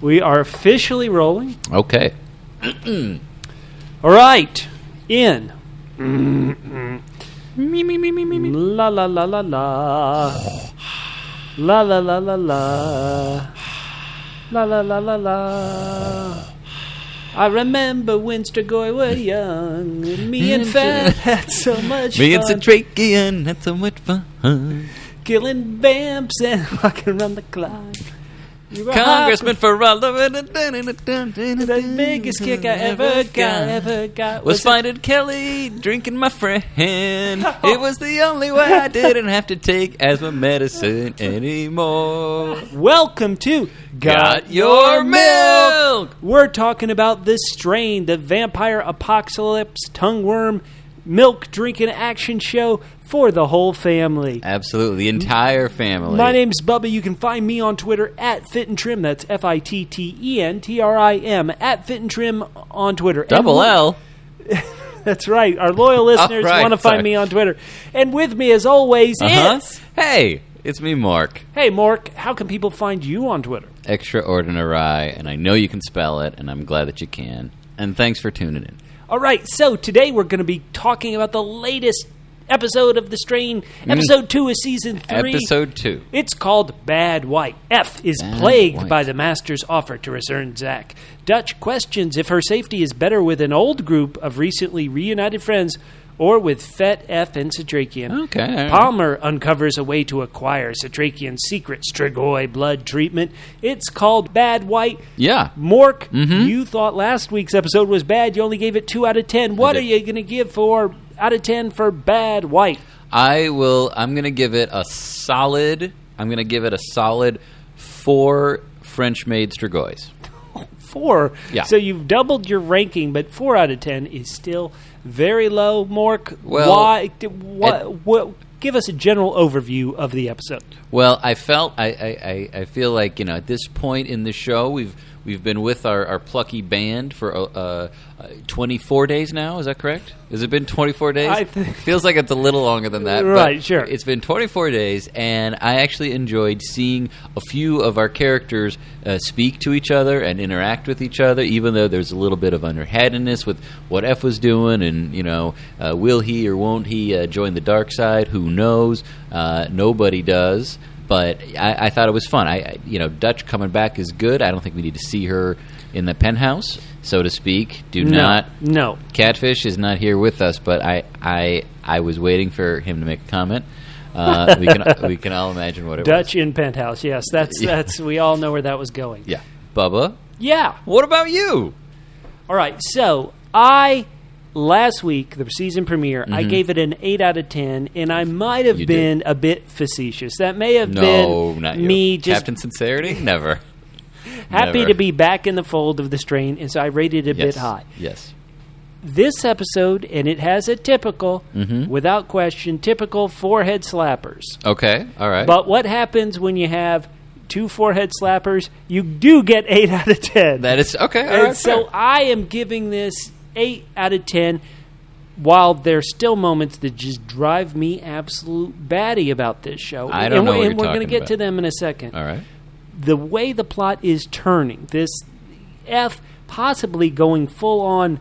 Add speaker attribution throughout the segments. Speaker 1: We are officially rolling.
Speaker 2: Okay.
Speaker 1: All right. In. Me, me, me, me, me, me. La, la, la, la, la. La, la, la, la, la. La, la, la, la, la. I remember when Strigoi were young. Me and Fat had so much
Speaker 2: Me
Speaker 1: fun.
Speaker 2: and Citrakian had so much fun.
Speaker 1: Killing vamps and rocking around the clock. You were
Speaker 2: Congressman for all
Speaker 1: The biggest kick I ever got, ever got
Speaker 2: was finding Kelly drinking my friend. It was the only way I didn't have to take asthma medicine anymore.
Speaker 1: Welcome to
Speaker 2: Got your milk.
Speaker 1: We're talking about this strain, the vampire apocalypse tongueworm milk drinking action show for the whole family.
Speaker 2: Absolutely, the entire family.
Speaker 1: My name's Bubba. You can find me on Twitter at Fit and Trim. That's F I T T E N T R I M at Fit and Trim on Twitter.
Speaker 2: Double
Speaker 1: And-
Speaker 2: L.
Speaker 1: That's right. Our loyal listeners
Speaker 2: right,
Speaker 1: want to find
Speaker 2: sorry.
Speaker 1: me on Twitter. And with me, as always,
Speaker 2: Uh-huh.
Speaker 1: is
Speaker 2: Hey, it's me, Mark.
Speaker 1: hey, Mark. How can people find you on Twitter?
Speaker 2: Extraordinary, and I know you can spell it, and I'm glad that you can. And thanks for tuning in.
Speaker 1: All right, so today we're going to be talking about the latest episode of The Strain. Episode two of season three.
Speaker 2: Mm. Episode two.
Speaker 1: It's called Bad White. F is
Speaker 2: Bad
Speaker 1: plagued
Speaker 2: White.
Speaker 1: by the master's offer to return Zack. Dutch questions if her safety is better with an old group of recently reunited friends or with Fett F and Satrakian.
Speaker 2: Okay. all right.
Speaker 1: Palmer uncovers a way to acquire Satrakian's secret Strigoi blood treatment. It's called Bad White.
Speaker 2: Yeah.
Speaker 1: Mork,
Speaker 2: Mm-hmm.
Speaker 1: you thought last week's episode was bad. You only gave it two out of ten. What
Speaker 2: did.
Speaker 1: are you going to give for out of ten for Bad White?
Speaker 2: I will. I'm gonna give it a solid. I'm gonna give it a solid four French made Strigoi.
Speaker 1: Four.
Speaker 2: Yeah.
Speaker 1: So you've doubled your ranking, but four out of ten is still very low. Mork,
Speaker 2: Well,
Speaker 1: why? What, what? Give us a general overview of the episode.
Speaker 2: Well, I felt I, I, I, I feel like you know at this point in the show we've we've been with our, our plucky band for uh, uh, uh, 24 days now. Is that correct? Has it been 24 days?
Speaker 1: I think-
Speaker 2: Feels like it's a little longer than that. but
Speaker 1: Right, sure.
Speaker 2: It's been 24 days, and I actually enjoyed seeing a few of our characters uh, speak to each other and interact with each other, even though there's a little bit of underhandedness with what F was doing, and you know, uh, will he or won't he uh, join the dark side? Who knows? Uh, nobody does. But I, I thought it was fun. I, I, you know, Dutch coming back is good. I don't think we need to see her in the penthouse, so to speak. Do not
Speaker 1: No.
Speaker 2: Catfish is not here with us, but I I I was waiting for him to make a comment. Uh, we can we can all imagine what it
Speaker 1: Dutch
Speaker 2: was.
Speaker 1: in penthouse. Yes, that's
Speaker 2: Yeah.
Speaker 1: that's. We all know where that was going.
Speaker 2: Yeah, Bubba.
Speaker 1: Yeah.
Speaker 2: What about you?
Speaker 1: All right, so I last week the season premiere, I gave it an eight out of ten, and I might have
Speaker 2: Mm-hmm. You did.
Speaker 1: been a bit facetious. That may have
Speaker 2: No,
Speaker 1: been
Speaker 2: not you.
Speaker 1: me just
Speaker 2: Captain Sincerity. Never.
Speaker 1: happy
Speaker 2: never.
Speaker 1: to be back in the fold of the strain, and so I rated it a
Speaker 2: yes.
Speaker 1: bit high.
Speaker 2: Yes.
Speaker 1: This episode, and it has a typical,
Speaker 2: Mm-hmm.
Speaker 1: without question, typical forehead slappers.
Speaker 2: Okay. All right.
Speaker 1: But what happens when you have two forehead slappers? You do get eight out of ten.
Speaker 2: that is okay. All
Speaker 1: And
Speaker 2: right.
Speaker 1: so
Speaker 2: fair.
Speaker 1: I am giving this 8 out of 10. While there's still moments that just drive me absolute batty about this show,
Speaker 2: I don't
Speaker 1: and,
Speaker 2: know
Speaker 1: we-
Speaker 2: what
Speaker 1: and
Speaker 2: you're
Speaker 1: we're gonna
Speaker 2: talking
Speaker 1: get to
Speaker 2: about.
Speaker 1: them in a second.
Speaker 2: all right.
Speaker 1: The way the plot is turning, this F possibly going full on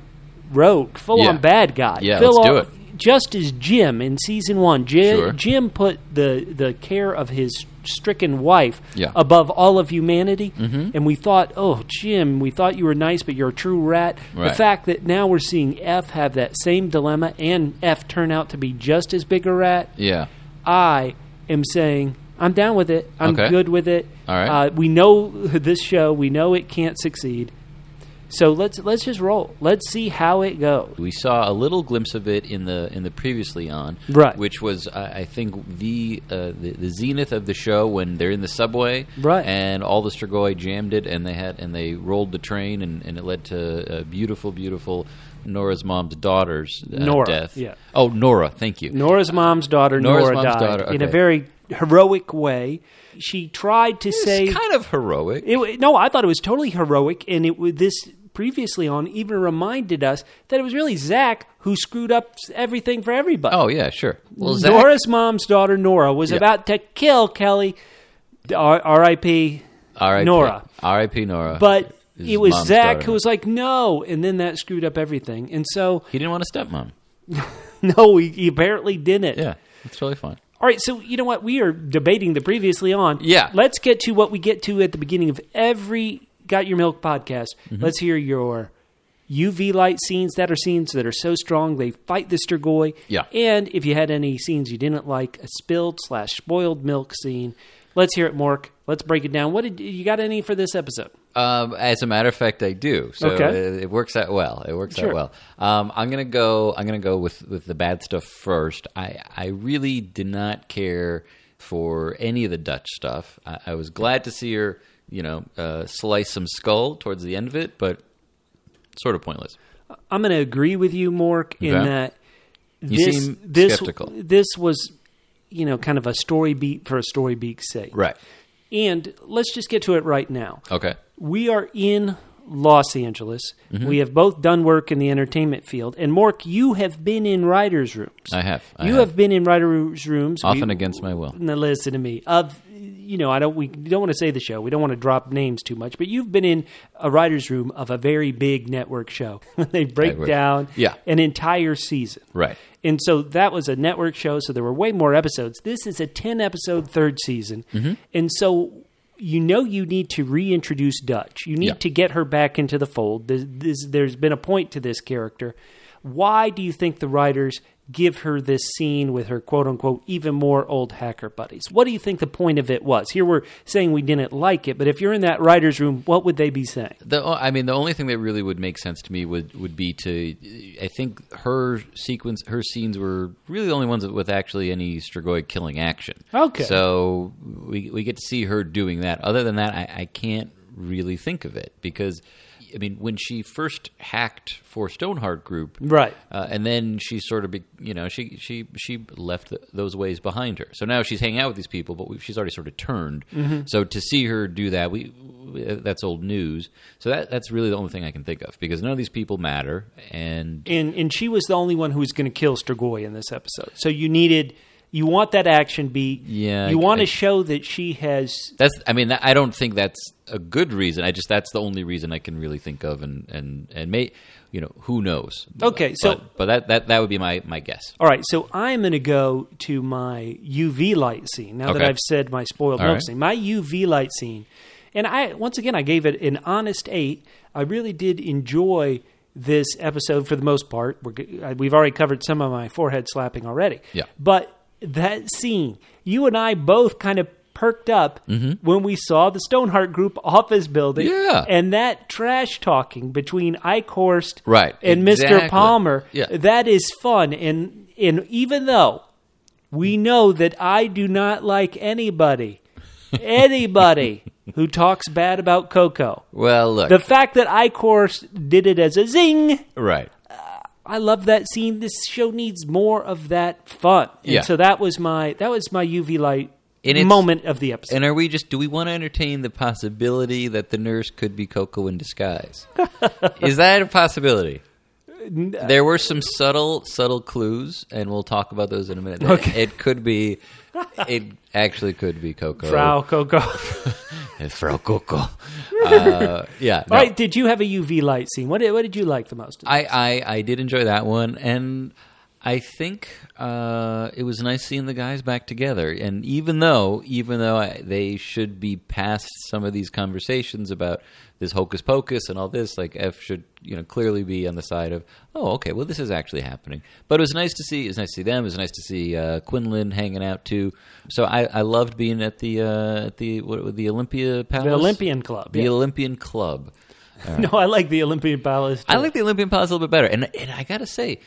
Speaker 1: rogue, full
Speaker 2: Yeah.
Speaker 1: on bad guy.
Speaker 2: Yeah,
Speaker 1: full
Speaker 2: let's
Speaker 1: on,
Speaker 2: do it.
Speaker 1: Just as Jim in season one, Jim,
Speaker 2: Sure.
Speaker 1: Jim put the the care of his stricken wife
Speaker 2: Yeah. Mm-hmm.
Speaker 1: above all of humanity, and we thought, oh, Jim, we thought you were nice, but you're a true rat. The
Speaker 2: Right.
Speaker 1: fact that now we're seeing F have that same dilemma, and F turn out to be just as big a rat.
Speaker 2: Yeah.
Speaker 1: I am saying I'm down with it. I'm
Speaker 2: Okay.
Speaker 1: good with it.
Speaker 2: All right.
Speaker 1: Uh, we know this show. We know it can't succeed. So let's let's just roll. Let's see how it goes.
Speaker 2: We saw a little glimpse of it in the in the previously on,
Speaker 1: Right.
Speaker 2: Which was, I, I think, the, uh, the the zenith of the show when they're in the subway,
Speaker 1: Right.
Speaker 2: And all the Strigoi jammed it, and they had and they rolled the train, and, and it led to uh, beautiful, beautiful Nora's mom's daughter's uh,
Speaker 1: Nora,
Speaker 2: death.
Speaker 1: yeah.
Speaker 2: Oh, Nora, thank you.
Speaker 1: Nora's mom's daughter
Speaker 2: Nora's
Speaker 1: Nora
Speaker 2: mom's
Speaker 1: died
Speaker 2: daughter,
Speaker 1: in a
Speaker 2: okay.
Speaker 1: very heroic way. She tried to say
Speaker 2: it's kind of heroic.
Speaker 1: It, wa- no, I thought it was totally heroic, and it wa- this previously on even reminded us that it was really Zach who screwed up s- everything for everybody.
Speaker 2: oh yeah, sure. Well, Zach,
Speaker 1: Nora's mom's daughter Nora was
Speaker 2: Yeah.
Speaker 1: about to kill Kelly. R- R.I.P.
Speaker 2: R.I.P.
Speaker 1: Nora.
Speaker 2: R.I.P. Nora.
Speaker 1: But
Speaker 2: His
Speaker 1: it was
Speaker 2: mom
Speaker 1: Zach
Speaker 2: started
Speaker 1: who was like, no. And then that screwed up everything. And so,
Speaker 2: he didn't want a stepmom.
Speaker 1: no, he, he apparently didn't.
Speaker 2: Yeah, it's really fun.
Speaker 1: All right, so you know what? We are debating the previously on.
Speaker 2: Yeah.
Speaker 1: Let's get to what we get to at the beginning of every Got Your Milk podcast.
Speaker 2: Mm-hmm.
Speaker 1: Let's hear your UV light scenes that are scenes that are so strong they fight the Sturgoy.
Speaker 2: Yeah.
Speaker 1: And if you had any scenes you didn't like, a spilled slash spoiled milk scene. Let's hear it, Mork. Let's break it down. What did you got any for this episode?
Speaker 2: Um, as a matter of fact, I do. So
Speaker 1: Okay.
Speaker 2: it, it works out well. It works
Speaker 1: Sure.
Speaker 2: out well. Um, I'm gonna go. I'm gonna go with with the bad stuff first. I I really did not care for any of the Dutch stuff. I, I was glad to see her, you know, uh, slice some skull towards the end of it, but sort of pointless.
Speaker 1: I'm going to agree with you, Mork, in
Speaker 2: Okay.
Speaker 1: that
Speaker 2: You
Speaker 1: this
Speaker 2: seem
Speaker 1: this
Speaker 2: skeptical.
Speaker 1: this was you know kind of a story beat for a story beat's sake.
Speaker 2: Right.
Speaker 1: And let's just get to it right now.
Speaker 2: Okay.
Speaker 1: We are in Los Angeles.
Speaker 2: Mm-hmm.
Speaker 1: We have both done work in the entertainment field. And Mork, you have been in writers' rooms.
Speaker 2: I have. I
Speaker 1: you have. been in writers' rooms.
Speaker 2: often
Speaker 1: We-
Speaker 2: against my will.
Speaker 1: Now listen to me. Of you know, I don't. We don't want to say the show. We don't want to drop names too much. But you've been in a writers' room of a very big network show. they break
Speaker 2: Network.
Speaker 1: down
Speaker 2: Yeah.
Speaker 1: an entire season.
Speaker 2: Right.
Speaker 1: And so that was a network show, so there were way more episodes. This is a 10 episode third season. And so you know you need to reintroduce Dutch. You need
Speaker 2: Yeah.
Speaker 1: to get her back into the fold. There's, this, there's been a point to this character. Why do you think the writers give her this scene with her quote unquote even more old hacker buddies? What do you think the point of it was? Here we're saying we didn't like it, but if you're in that writer's room, what would they be saying?
Speaker 2: The, I mean, the only thing that really would make sense to me would, would be to, I think her sequence, her scenes were really the only ones with actually any Strigoi killing action.
Speaker 1: Okay.
Speaker 2: So we we get to see her doing that. Other than that, I, I can't really think of it because, I mean, when she first hacked for Stoneheart Group,
Speaker 1: Right.
Speaker 2: uh, and then she sort of, be, you know, she she she left th those ways behind her. So now she's hanging out with these people, but we, she's already sort of turned. So to see her do that, we, we that's old news. So that that's really the only thing I can think of because none of these people matter. And
Speaker 1: and and she was the only one who was going to kill Strigoi in this episode. So you needed you want that action beat.
Speaker 2: Yeah,
Speaker 1: you
Speaker 2: I-
Speaker 1: want
Speaker 2: I-
Speaker 1: to show that she has.
Speaker 2: that's, I mean, that, I don't think that's a good reason. I just that's the only reason I can really think of, and and and may, you know, who knows?
Speaker 1: Okay, so-
Speaker 2: but, but that that that would be my my guess.
Speaker 1: All right, so I'm going to go to my UV light scene. Now that
Speaker 2: Okay.
Speaker 1: I've said my spoiled
Speaker 2: All
Speaker 1: milk
Speaker 2: right.
Speaker 1: scene, my UV light scene, and I once again I gave it an honest eight. I really did enjoy this episode for the most part. We're, g- uh, we've already covered some of my forehead slapping already.
Speaker 2: Yeah.
Speaker 1: But that scene, you and I both kind of perked up when we saw the Stoneheart Group office building.
Speaker 2: Mm-hmm. Yeah.
Speaker 1: And that trash talking between Ike Horst
Speaker 2: Right,
Speaker 1: and Mr.
Speaker 2: exactly.
Speaker 1: Palmer.
Speaker 2: Yeah.
Speaker 1: That is fun. And, and even though we know that I do not like anybody, anybody who talks bad about Coco,
Speaker 2: Well, look,
Speaker 1: the fact that Ike Horst did it as a zing.
Speaker 2: right.
Speaker 1: I love that scene. This show needs more of that fun. And
Speaker 2: Yeah.
Speaker 1: so that was my that was my UV light
Speaker 2: And it's-
Speaker 1: moment of the episode.
Speaker 2: And are we just? Do we want to entertain the possibility that the nurse could be Coco in disguise? Is that a possibility?
Speaker 1: uh,
Speaker 2: There were some subtle, subtle clues, and we'll talk about those in a minute.
Speaker 1: Okay.
Speaker 2: It could be. It actually could be Coco.
Speaker 1: Frau Coco. All
Speaker 2: Uh, Frau Coco. Uh, yeah. no.
Speaker 1: right, did you have a UV light scene? What did, what did you like the most?
Speaker 2: I, I I did enjoy that one, and I think uh, it was nice seeing the guys back together. And even though even though I, they should be past some of these conversations about this hocus pocus and all this, like F should you know clearly be on the side of oh okay well this is actually happening. But it was nice to see it was nice to see them. It was nice to see uh, Quinlan hanging out too. So I, I loved being at the uh, at the what, the Olympia Palace
Speaker 1: the Olympian Club.
Speaker 2: the
Speaker 1: yeah.
Speaker 2: Olympian Club.
Speaker 1: No, I like the Olympian Palace. too.
Speaker 2: I like the Olympian Palace a little bit better. And and I gotta say,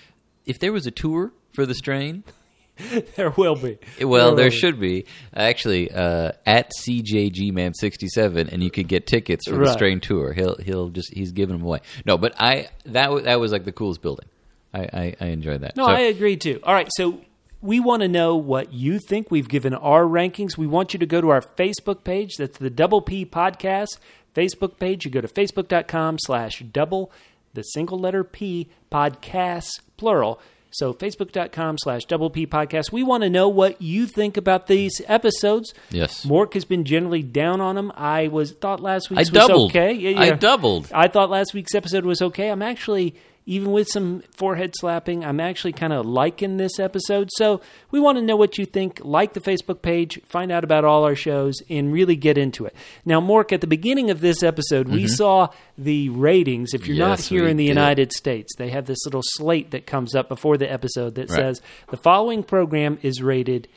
Speaker 2: if there was a tour for the strain,
Speaker 1: there will be.
Speaker 2: well,
Speaker 1: will
Speaker 2: there
Speaker 1: be.
Speaker 2: should be actually uh, at CJGman sixty seven, and you could get tickets for the
Speaker 1: Right.
Speaker 2: strain tour. He'll he'll just he's giving them away. No, but I that was, that was like the coolest building. I I, I enjoyed that.
Speaker 1: No,
Speaker 2: So-
Speaker 1: I agree too. All right, so we want to know what you think. We've given our rankings. We want you to go to our Facebook page. That's the Double P Podcast Facebook page. You go to facebook.com slash double the single letter P podcast plural. So facebook.com slash double P podcast. We want to know what you think about these episodes.
Speaker 2: Yes.
Speaker 1: Mork has been generally down on them. I was thought last week
Speaker 2: I
Speaker 1: was
Speaker 2: doubled.
Speaker 1: okay. Yeah,
Speaker 2: I
Speaker 1: yeah.
Speaker 2: doubled.
Speaker 1: I thought last week's episode was okay. I'm actually, even with some forehead slapping, I'm actually kind of liking this episode. So we want to know what you think. Like the Facebook page, find out about all our shows, and really get into it. Now, Mork, at the beginning of this episode, we saw the ratings. If you're not
Speaker 2: Mm-hmm. Yes,
Speaker 1: here
Speaker 2: we
Speaker 1: in the
Speaker 2: did.
Speaker 1: United States, they have this little slate that comes up before the episode that
Speaker 2: Right.
Speaker 1: says the following program is rated.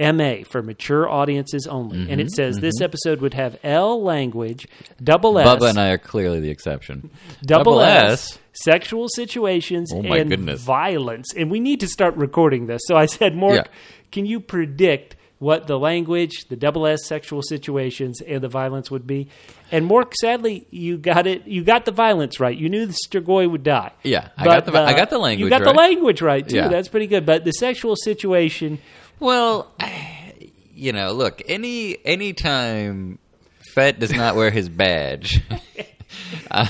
Speaker 1: MA for mature audiences only. And
Speaker 2: Mm-hmm.
Speaker 1: it says this episode would have L language, double S,
Speaker 2: Bubba and I are clearly the exception.
Speaker 1: double
Speaker 2: Double
Speaker 1: S,
Speaker 2: S.
Speaker 1: sexual situations,
Speaker 2: Oh my
Speaker 1: and
Speaker 2: goodness.
Speaker 1: violence. And we need to start recording this. So I said, Mark,
Speaker 2: Yeah.
Speaker 1: can you predict what the language, the double S, sexual situations, and the violence would be? And Mork, sadly, you got it. You got the violence right. You knew the Strigoi would die. uh,
Speaker 2: Yeah, I got the- I got the
Speaker 1: You
Speaker 2: language
Speaker 1: got the
Speaker 2: right.
Speaker 1: language right too.
Speaker 2: Yeah.
Speaker 1: That's pretty good. But the sexual situation,
Speaker 2: Well, you know, look, any any time Fett does not wear his badge, I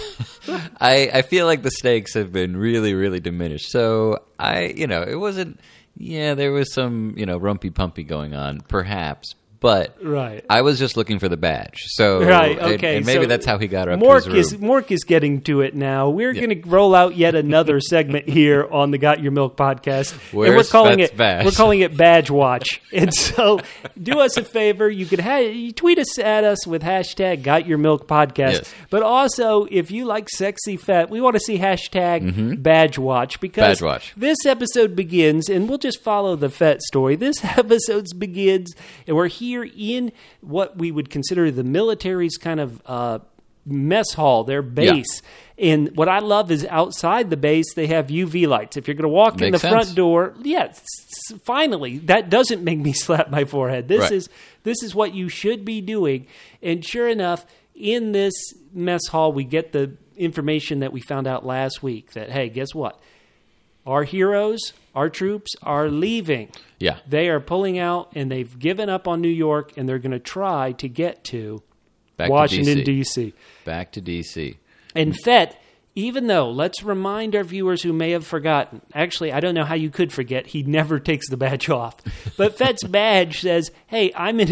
Speaker 2: I feel like the stakes have been really really diminished. So I, you know, it wasn't. Yeah, there was some you know rumpy pumpy going on, perhaps, but
Speaker 1: right?
Speaker 2: I was just looking for the badge. So
Speaker 1: Right.
Speaker 2: and-
Speaker 1: Okay.
Speaker 2: and, maybe
Speaker 1: so
Speaker 2: that's how he got her up
Speaker 1: Mork
Speaker 2: to his
Speaker 1: is
Speaker 2: room.
Speaker 1: Mork is getting to it now. We're going to roll out yet another segment here on the Got Your Milk podcast, and we're
Speaker 2: Where's
Speaker 1: calling
Speaker 2: Fats
Speaker 1: it
Speaker 2: Bash?
Speaker 1: we're calling it Badge Watch. and so, do us a favor. You could ha- you tweet us at us with hashtag Got Your Milk podcast.
Speaker 2: Yes.
Speaker 1: But also, if you like sexy fat, we want to see hashtag Badge Watch because
Speaker 2: Mm-hmm. Badge Watch.
Speaker 1: this episode begins, and we'll just follow the Fett story. This episode begins, and we're here in what we would consider the military's kind of uh, mess hall, their base. And what I love is outside the base, they have UV lights. If you're going to walk in the
Speaker 2: Makes
Speaker 1: front
Speaker 2: sense.
Speaker 1: door, yeah, s- s- finally, that doesn't make me slap my forehead. This
Speaker 2: Right.
Speaker 1: is this is what you should be doing. And sure enough, in this mess hall, we get the information that we found out last week that hey, guess what? our heroes, our troops are leaving.
Speaker 2: Yeah.
Speaker 1: They are pulling out and they've given up on New York and they're going to try to get to
Speaker 2: Back
Speaker 1: Washington,
Speaker 2: to DC.
Speaker 1: D.C.
Speaker 2: Back to DC.
Speaker 1: And Fett, even though, let's remind our viewers who may have forgotten. Actually, I don't know how you could forget. He never takes the badge off. But Fett's badge says, hey, I'm an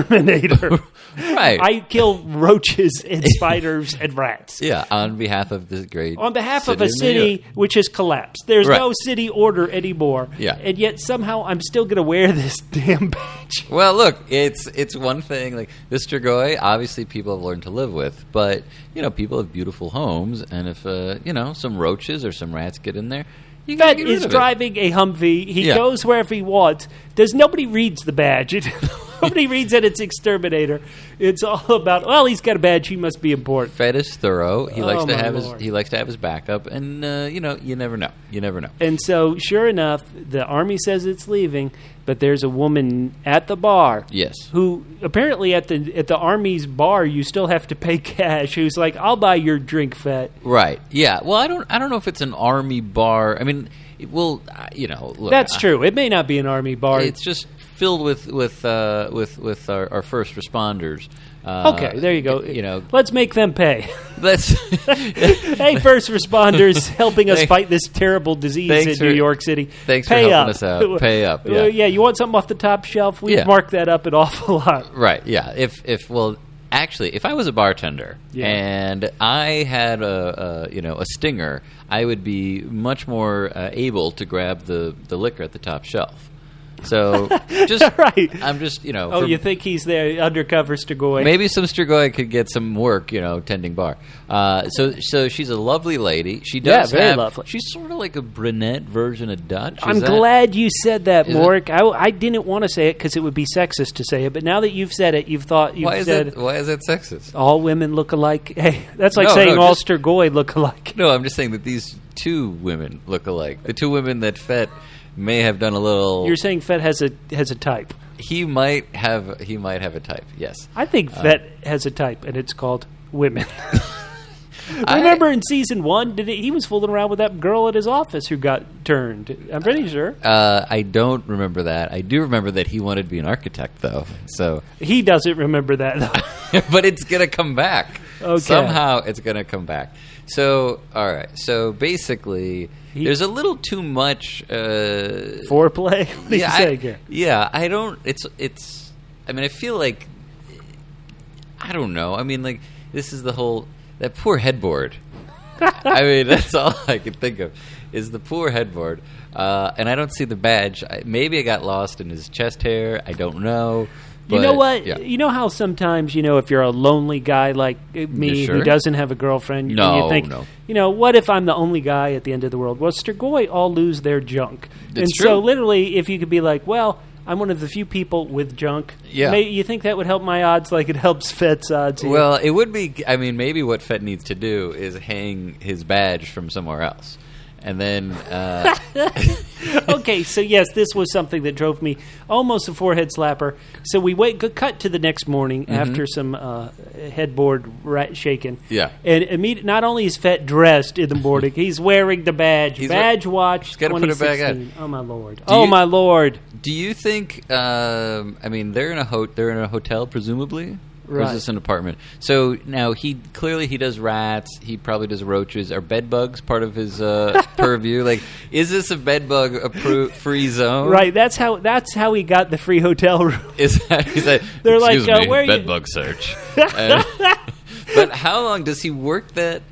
Speaker 1: exterminator.
Speaker 2: Right.
Speaker 1: I kill roaches and spiders and rats.
Speaker 2: yeah, on behalf of this great
Speaker 1: on behalf of a
Speaker 2: city New York.
Speaker 1: city which has collapsed. There's
Speaker 2: Right.
Speaker 1: no city order anymore.
Speaker 2: Yeah.
Speaker 1: And yet somehow I'm still going to wear this damn badge.
Speaker 2: Well, look, it's it's one thing like this Dragoy. Obviously, people have learned to live with, but you know, people have beautiful homes, and if uh, you know some roaches or some rats get in there, you gotta
Speaker 1: That
Speaker 2: get rid
Speaker 1: is
Speaker 2: of it.
Speaker 1: driving a Humvee. He
Speaker 2: Yeah.
Speaker 1: goes wherever he wants. There's nobody reads the badge. It- nobody reads that it's exterminator. It's all about well, he's got a badge. He must be important.
Speaker 2: Fed is thorough. He likes to
Speaker 1: Oh, my
Speaker 2: have
Speaker 1: Lord.
Speaker 2: his he likes to have his backup, and uh, you know, you never know. You never know.
Speaker 1: And so, sure enough, the army says it's leaving, but there's a woman at the bar.
Speaker 2: Yes.
Speaker 1: Who apparently at the at the army's bar you still have to pay cash. Who's like, I'll buy your drink, Fett.
Speaker 2: Right. Yeah. Well, I don't. I don't know if it's an army bar. I mean, it will. uh, You know. Look,
Speaker 1: That's
Speaker 2: I-
Speaker 1: true. It may not be an army bar.
Speaker 2: It's just filled with with uh, with with our, our first responders. Uh,
Speaker 1: okay, there you go.
Speaker 2: You know,
Speaker 1: let's make them pay.
Speaker 2: let's.
Speaker 1: hey, first responders helping us
Speaker 2: Thank-
Speaker 1: fight this terrible disease in
Speaker 2: Thanks
Speaker 1: New
Speaker 2: for-
Speaker 1: York City.
Speaker 2: thanks for
Speaker 1: pay
Speaker 2: helping
Speaker 1: up.
Speaker 2: us out. Pay up,
Speaker 1: Well,
Speaker 2: yeah.
Speaker 1: yeah, you want something off the top shelf? We've
Speaker 2: Yeah.
Speaker 1: marked that up an awful lot.
Speaker 2: Right. Yeah. If if well, actually, if I was a bartender
Speaker 1: Yeah.
Speaker 2: and I had a, a you know a stinger, I would be much more uh, able to grab the the liquor at the top shelf. So just
Speaker 1: Right.
Speaker 2: I'm just you know
Speaker 1: Oh,
Speaker 2: for-
Speaker 1: you think he's there undercover, Strigoi?
Speaker 2: Maybe some Strigoi could get some work, you know, tending bar. Uh, so, so she's a lovely lady. She
Speaker 1: Yeah,
Speaker 2: does
Speaker 1: very
Speaker 2: have-
Speaker 1: lovely.
Speaker 2: She's sort of like a brunette version of Dutch. Is
Speaker 1: I'm
Speaker 2: that-
Speaker 1: glad you said that,
Speaker 2: Is it-
Speaker 1: Mork. I, I didn't want to say it because it would be sexist to say it, but now that you've said it, you've thought you've
Speaker 2: Why is
Speaker 1: said
Speaker 2: that? Why is that sexist?
Speaker 1: all women look alike. Hey, that's like
Speaker 2: No,
Speaker 1: saying
Speaker 2: no,
Speaker 1: all
Speaker 2: just-
Speaker 1: Strigoi look alike.
Speaker 2: No, I'm just saying that these two women look alike. The two women that Fett may have done a little.
Speaker 1: You're saying Fett has a has a type.
Speaker 2: he might have. He might have a type. Yes.
Speaker 1: I think
Speaker 2: Uh,
Speaker 1: Vet has a type, and it's called women.
Speaker 2: I-
Speaker 1: Remember in season one, did he, he was fooling around with that girl at his office who got turned? I'm pretty sure
Speaker 2: Uh, I don't remember that. I do remember that he wanted to be an architect, though. So,
Speaker 1: he doesn't remember that. Though.
Speaker 2: but it's gonna come back.
Speaker 1: Okay.
Speaker 2: Somehow it's going to come back. So, all right. So basically,
Speaker 1: He-
Speaker 2: there's a little too much. Uh,
Speaker 1: Foreplay? What do you
Speaker 2: yeah,
Speaker 1: say
Speaker 2: I,
Speaker 1: here?
Speaker 2: yeah, I don't. It's it's. I mean, I feel like. I don't know. I mean, like this is the whole that poor headboard. I mean, that's all I can think of is the poor headboard, uh, and I don't see the badge. I, maybe it got lost in his chest hair. I don't know.
Speaker 1: you know
Speaker 2: but-
Speaker 1: what?
Speaker 2: Yeah.
Speaker 1: You know how sometimes you know if you're a lonely guy like uh, me
Speaker 2: Yeah, sure.
Speaker 1: who doesn't have a girlfriend, and
Speaker 2: No,
Speaker 1: you think,
Speaker 2: no.
Speaker 1: you know, what if I'm the only guy at the end of the world? Well, Strigoi all lose their junk,
Speaker 2: That's
Speaker 1: and so
Speaker 2: true.
Speaker 1: literally, if you could be like, well. I'm one of the few people with junk.
Speaker 2: Yeah.
Speaker 1: May, you think that would help my odds like it helps Fed's odds? here?
Speaker 2: Well, it would be. I mean, maybe what Fett needs to do is hang his badge from somewhere else, and then uh,
Speaker 1: okay, so yes, this was something that drove me almost a forehead slapper. So we wait, good cut to the next morning after some uh, headboard right shaken.
Speaker 2: Mm-hmm. Yeah.
Speaker 1: and immediate, not only is Fett dressed in the morning, he's wearing the badge,
Speaker 2: He's
Speaker 1: badge watch. He's
Speaker 2: gotta put it back on.
Speaker 1: Oh my lord! oh
Speaker 2: you-
Speaker 1: my lord!
Speaker 2: Do you think? Um, I mean, they're in a ho- they're in a hotel, presumably. Or
Speaker 1: Right.
Speaker 2: is this an apartment? So now he clearly he does rats. He probably does roaches. Are bed bugs part of his uh, purview? Like, is this a bed bug appro- free zone?
Speaker 1: Right, that's how that's how he got the free hotel room.
Speaker 2: Is that, is that
Speaker 1: They're like,
Speaker 2: "Excuse
Speaker 1: uh,
Speaker 2: me,
Speaker 1: where are you-
Speaker 2: bed bug search? And- but how long does he work that?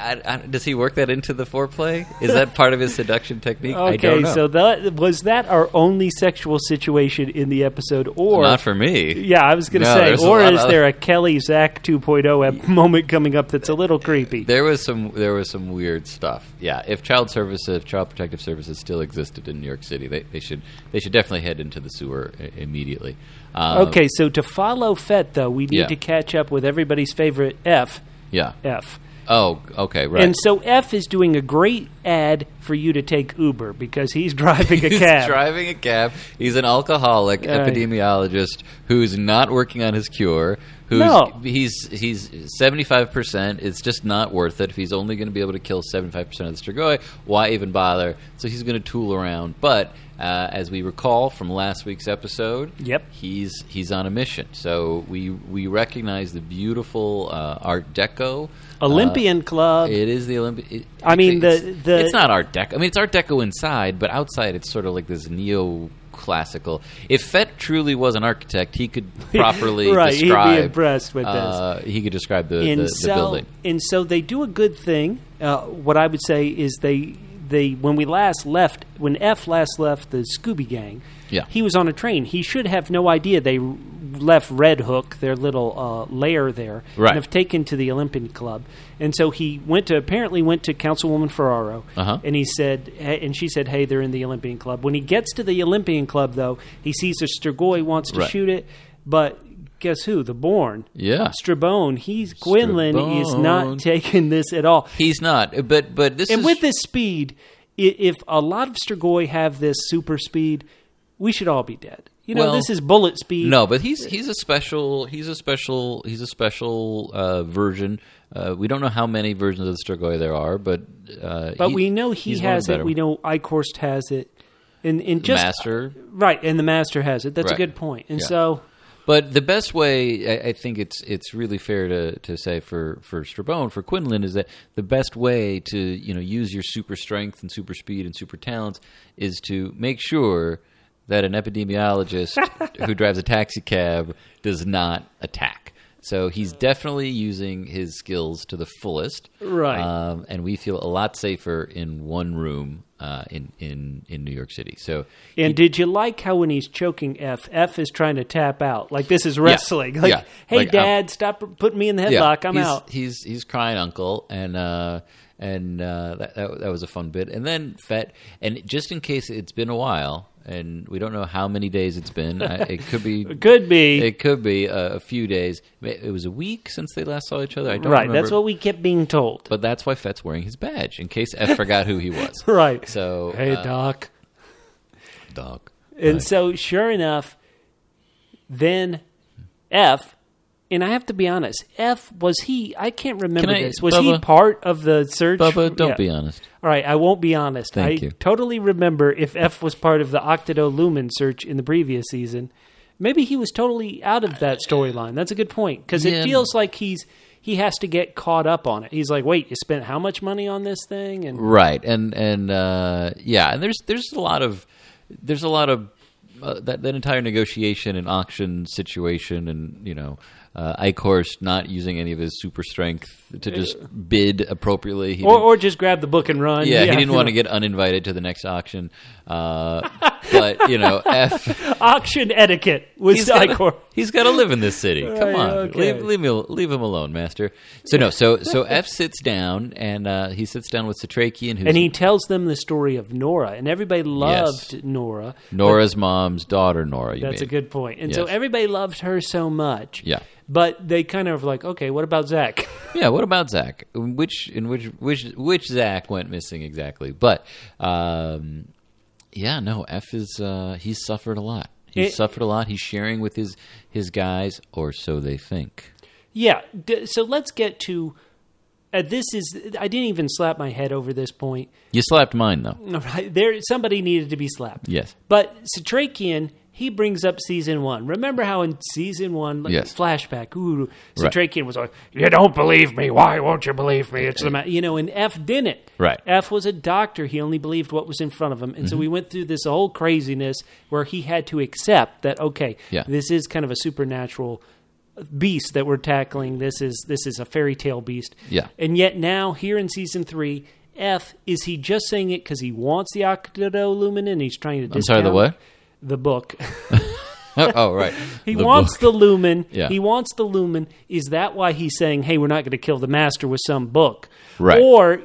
Speaker 2: I, I, does he work that into the foreplay? Is that part of his seduction technique? I don't
Speaker 1: Okay,
Speaker 2: know.
Speaker 1: so that was that our only sexual situation in the episode, or
Speaker 2: Not for me.
Speaker 1: Yeah, I was going to
Speaker 2: No, there's
Speaker 1: say,
Speaker 2: a
Speaker 1: or
Speaker 2: lot
Speaker 1: is
Speaker 2: of-
Speaker 1: there a Kelly Zach 2.0 ep- moment coming up that's a little creepy?
Speaker 2: There was some there was some weird stuff. Yeah, if child services, if child protective services still existed in New York City, they, they should they should definitely head into the sewer i- immediately. Um,
Speaker 1: Okay, so to follow Fett, though, we need
Speaker 2: Yeah.
Speaker 1: to catch up with everybody's favorite F.
Speaker 2: Yeah.
Speaker 1: F.
Speaker 2: Oh, okay, right.
Speaker 1: And so F is doing a great ad for you to take Uber because he's driving a
Speaker 2: He's
Speaker 1: cab.
Speaker 2: driving a cab. He's an alcoholic
Speaker 1: Right.
Speaker 2: epidemiologist who's not working on his cure. Who's
Speaker 1: No.
Speaker 2: he's he's seventy five percent. It's just not worth it. If he's only going to be able to kill seventy five percent of the Strigoi, why even bother? So he's going to tool around. But uh, as we recall from last week's episode,
Speaker 1: Yep.
Speaker 2: he's he's on a mission. So we we recognize the beautiful uh, Art Deco. uh,
Speaker 1: Olympian Club.
Speaker 2: it is the Olympic.
Speaker 1: I mean, the- the-
Speaker 2: it's not Art Deco. I mean, it's Art Deco inside, but outside, it's sort of like this neo classical. If Fett truly was an architect, he could properly
Speaker 1: Right, he'd be
Speaker 2: describe.
Speaker 1: impressed with this.
Speaker 2: uh, He could describe the,
Speaker 1: and
Speaker 2: the,
Speaker 1: so,
Speaker 2: the building.
Speaker 1: And so they do a good thing. Uh, what I would say is they they when we last left when F last left the Scooby Gang,
Speaker 2: Yeah.
Speaker 1: he was on a train. He should have no idea they r- left Red Hook, their little uh, lair there,
Speaker 2: Right.
Speaker 1: and have taken to the Olympian Club. And so he went to apparently went to Councilwoman Ferraro,
Speaker 2: Uh-huh.
Speaker 1: and he said, hey- and she said, "Hey, they're in the Olympian Club." When he gets to the Olympian Club, though, he sees a Strigoi wants to
Speaker 2: Right.
Speaker 1: shoot it, but. Guess who? The Born.
Speaker 2: Yeah.
Speaker 1: Strabone, he's Gwynlyn is not
Speaker 2: Strabone.
Speaker 1: taking this at all.
Speaker 2: He's not, but but this
Speaker 1: And
Speaker 2: is
Speaker 1: with this speed, i- if a lot of Strigoi have this super speed, we should all be dead. You know,
Speaker 2: Well,
Speaker 1: this is bullet speed.
Speaker 2: No, but he's he's a special he's a special he's a special uh, version. Uh, we don't know how many versions of the Strigoi there are, but uh,
Speaker 1: but we know he
Speaker 2: he's one of
Speaker 1: has
Speaker 2: the
Speaker 1: it.
Speaker 2: better
Speaker 1: We
Speaker 2: ones.
Speaker 1: know Eichhorst has it. And, and just
Speaker 2: master.
Speaker 1: right, and the master has it. That's
Speaker 2: Right.
Speaker 1: a good point. And
Speaker 2: Yeah.
Speaker 1: so,
Speaker 2: But the best way, I, I think it's it's really fair to, to say for for Strabone for Quinlan is that the best way to you know use your super strength and super speed and super talents is to make sure that an epidemiologist who drives a taxi cab does not attack. So he's definitely using his skills to the fullest,
Speaker 1: Right.
Speaker 2: Um, and we feel a lot safer in one room uh, in in in New York City. So
Speaker 1: and did you like how when he's choking F, F is trying to tap out like this is wrestling. Like,
Speaker 2: Yeah.
Speaker 1: hey,
Speaker 2: Like, I'm-
Speaker 1: Dad, stop putting me in the headlock. I'm
Speaker 2: he's,
Speaker 1: out.
Speaker 2: He's he's crying uncle, and uh, and uh, that, that that was a fun bit. And then Fett, and just in case it's been a while, and we don't know how many days it's been. I, it could be.
Speaker 1: Could be
Speaker 2: It could be a, a few days. Ma- It was a week since they last saw each other. I don't
Speaker 1: right.
Speaker 2: remember.
Speaker 1: That's what we kept being told.
Speaker 2: But that's why Fett's wearing his badge in case F forgot who he was.
Speaker 1: Right.
Speaker 2: So
Speaker 1: hey,
Speaker 2: uh,
Speaker 1: Doc.
Speaker 2: dog.
Speaker 1: And so, sure enough, then F, and I have to be honest, F, was he, I can't remember
Speaker 2: Can I-
Speaker 1: this, was he
Speaker 2: Bubba?
Speaker 1: part of the search?
Speaker 2: Bubba, don't
Speaker 1: Yeah.
Speaker 2: be honest.
Speaker 1: All right, I won't be honest.
Speaker 2: Thank
Speaker 1: I
Speaker 2: you.
Speaker 1: totally remember if F was part of the Octodolumen search in the previous season. Maybe he was totally out of that storyline. That's a good point because
Speaker 2: Yeah.
Speaker 1: it feels like he's he has to get caught up on it. He's like, wait, you spent how much money on this thing? And
Speaker 2: right and and uh, yeah and there's there's a lot of there's a lot of uh, that that entire negotiation and auction situation and you know uh, Eichhorst not using any of his super strength
Speaker 1: Uh,
Speaker 2: to just bid appropriately. He
Speaker 1: or,
Speaker 2: didn't-
Speaker 1: or just grab the book and run.
Speaker 2: yeah, he didn't want to get uninvited to the next auction. Uh, but you know, f
Speaker 1: auction etiquette was
Speaker 2: he's gotta-
Speaker 1: Icor.
Speaker 2: He's got to live in this city. Come
Speaker 1: Right,
Speaker 2: on,
Speaker 1: okay.
Speaker 2: leave, leave me al- leave him alone, master. So no, so so F sits down and uh, he sits down with Satrakian, who's
Speaker 1: And he tells them the story of Nora, and everybody loved Nora.
Speaker 2: Nora's mom's daughter. Nora, you
Speaker 1: That's a
Speaker 2: mean.
Speaker 1: good point. And so
Speaker 2: Yes.
Speaker 1: everybody loved her so much.
Speaker 2: Yeah.
Speaker 1: But they kind of like, okay, what about Zach?
Speaker 2: Yeah, what about Zach? Which in which which which Zach went missing exactly? But um, yeah, no, F is uh, he's suffered a lot. He's
Speaker 1: It-
Speaker 2: suffered a lot. He's sharing with his his guys, or so they think.
Speaker 1: Yeah. D- so let's get to. Uh, this is. I didn't even slap my head over this point.
Speaker 2: You slapped mine though.
Speaker 1: All right, there, somebody needed to be slapped.
Speaker 2: Yes.
Speaker 1: But Satrakian, he brings up season one. Remember how in season one, like,
Speaker 2: Yes.
Speaker 1: flashback, ooh,
Speaker 2: Right.
Speaker 1: Satrakian was like, "You don't believe me? Why won't you believe me?" It's the ma-. you know, and F didn't.
Speaker 2: Right. Mm-hmm.
Speaker 1: F was a doctor. He only believed what was in front of him, and so we went through this whole craziness where he had to accept that okay,
Speaker 2: Yeah.
Speaker 1: this is kind of a supernatural beast that we're tackling. This is this is a fairy tale beast.
Speaker 2: Yeah.
Speaker 1: And yet now here in season three, F is he just saying it because he wants the Octo Lumen and he's trying to.
Speaker 2: I'm sorry. The what?
Speaker 1: The book.
Speaker 2: oh right.
Speaker 1: he
Speaker 2: The
Speaker 1: wants
Speaker 2: book.
Speaker 1: the lumen.
Speaker 2: Yeah.
Speaker 1: He wants the lumen. Is that why he's saying, "Hey, we're not going to kill the master with some book"?
Speaker 2: Right.
Speaker 1: Or,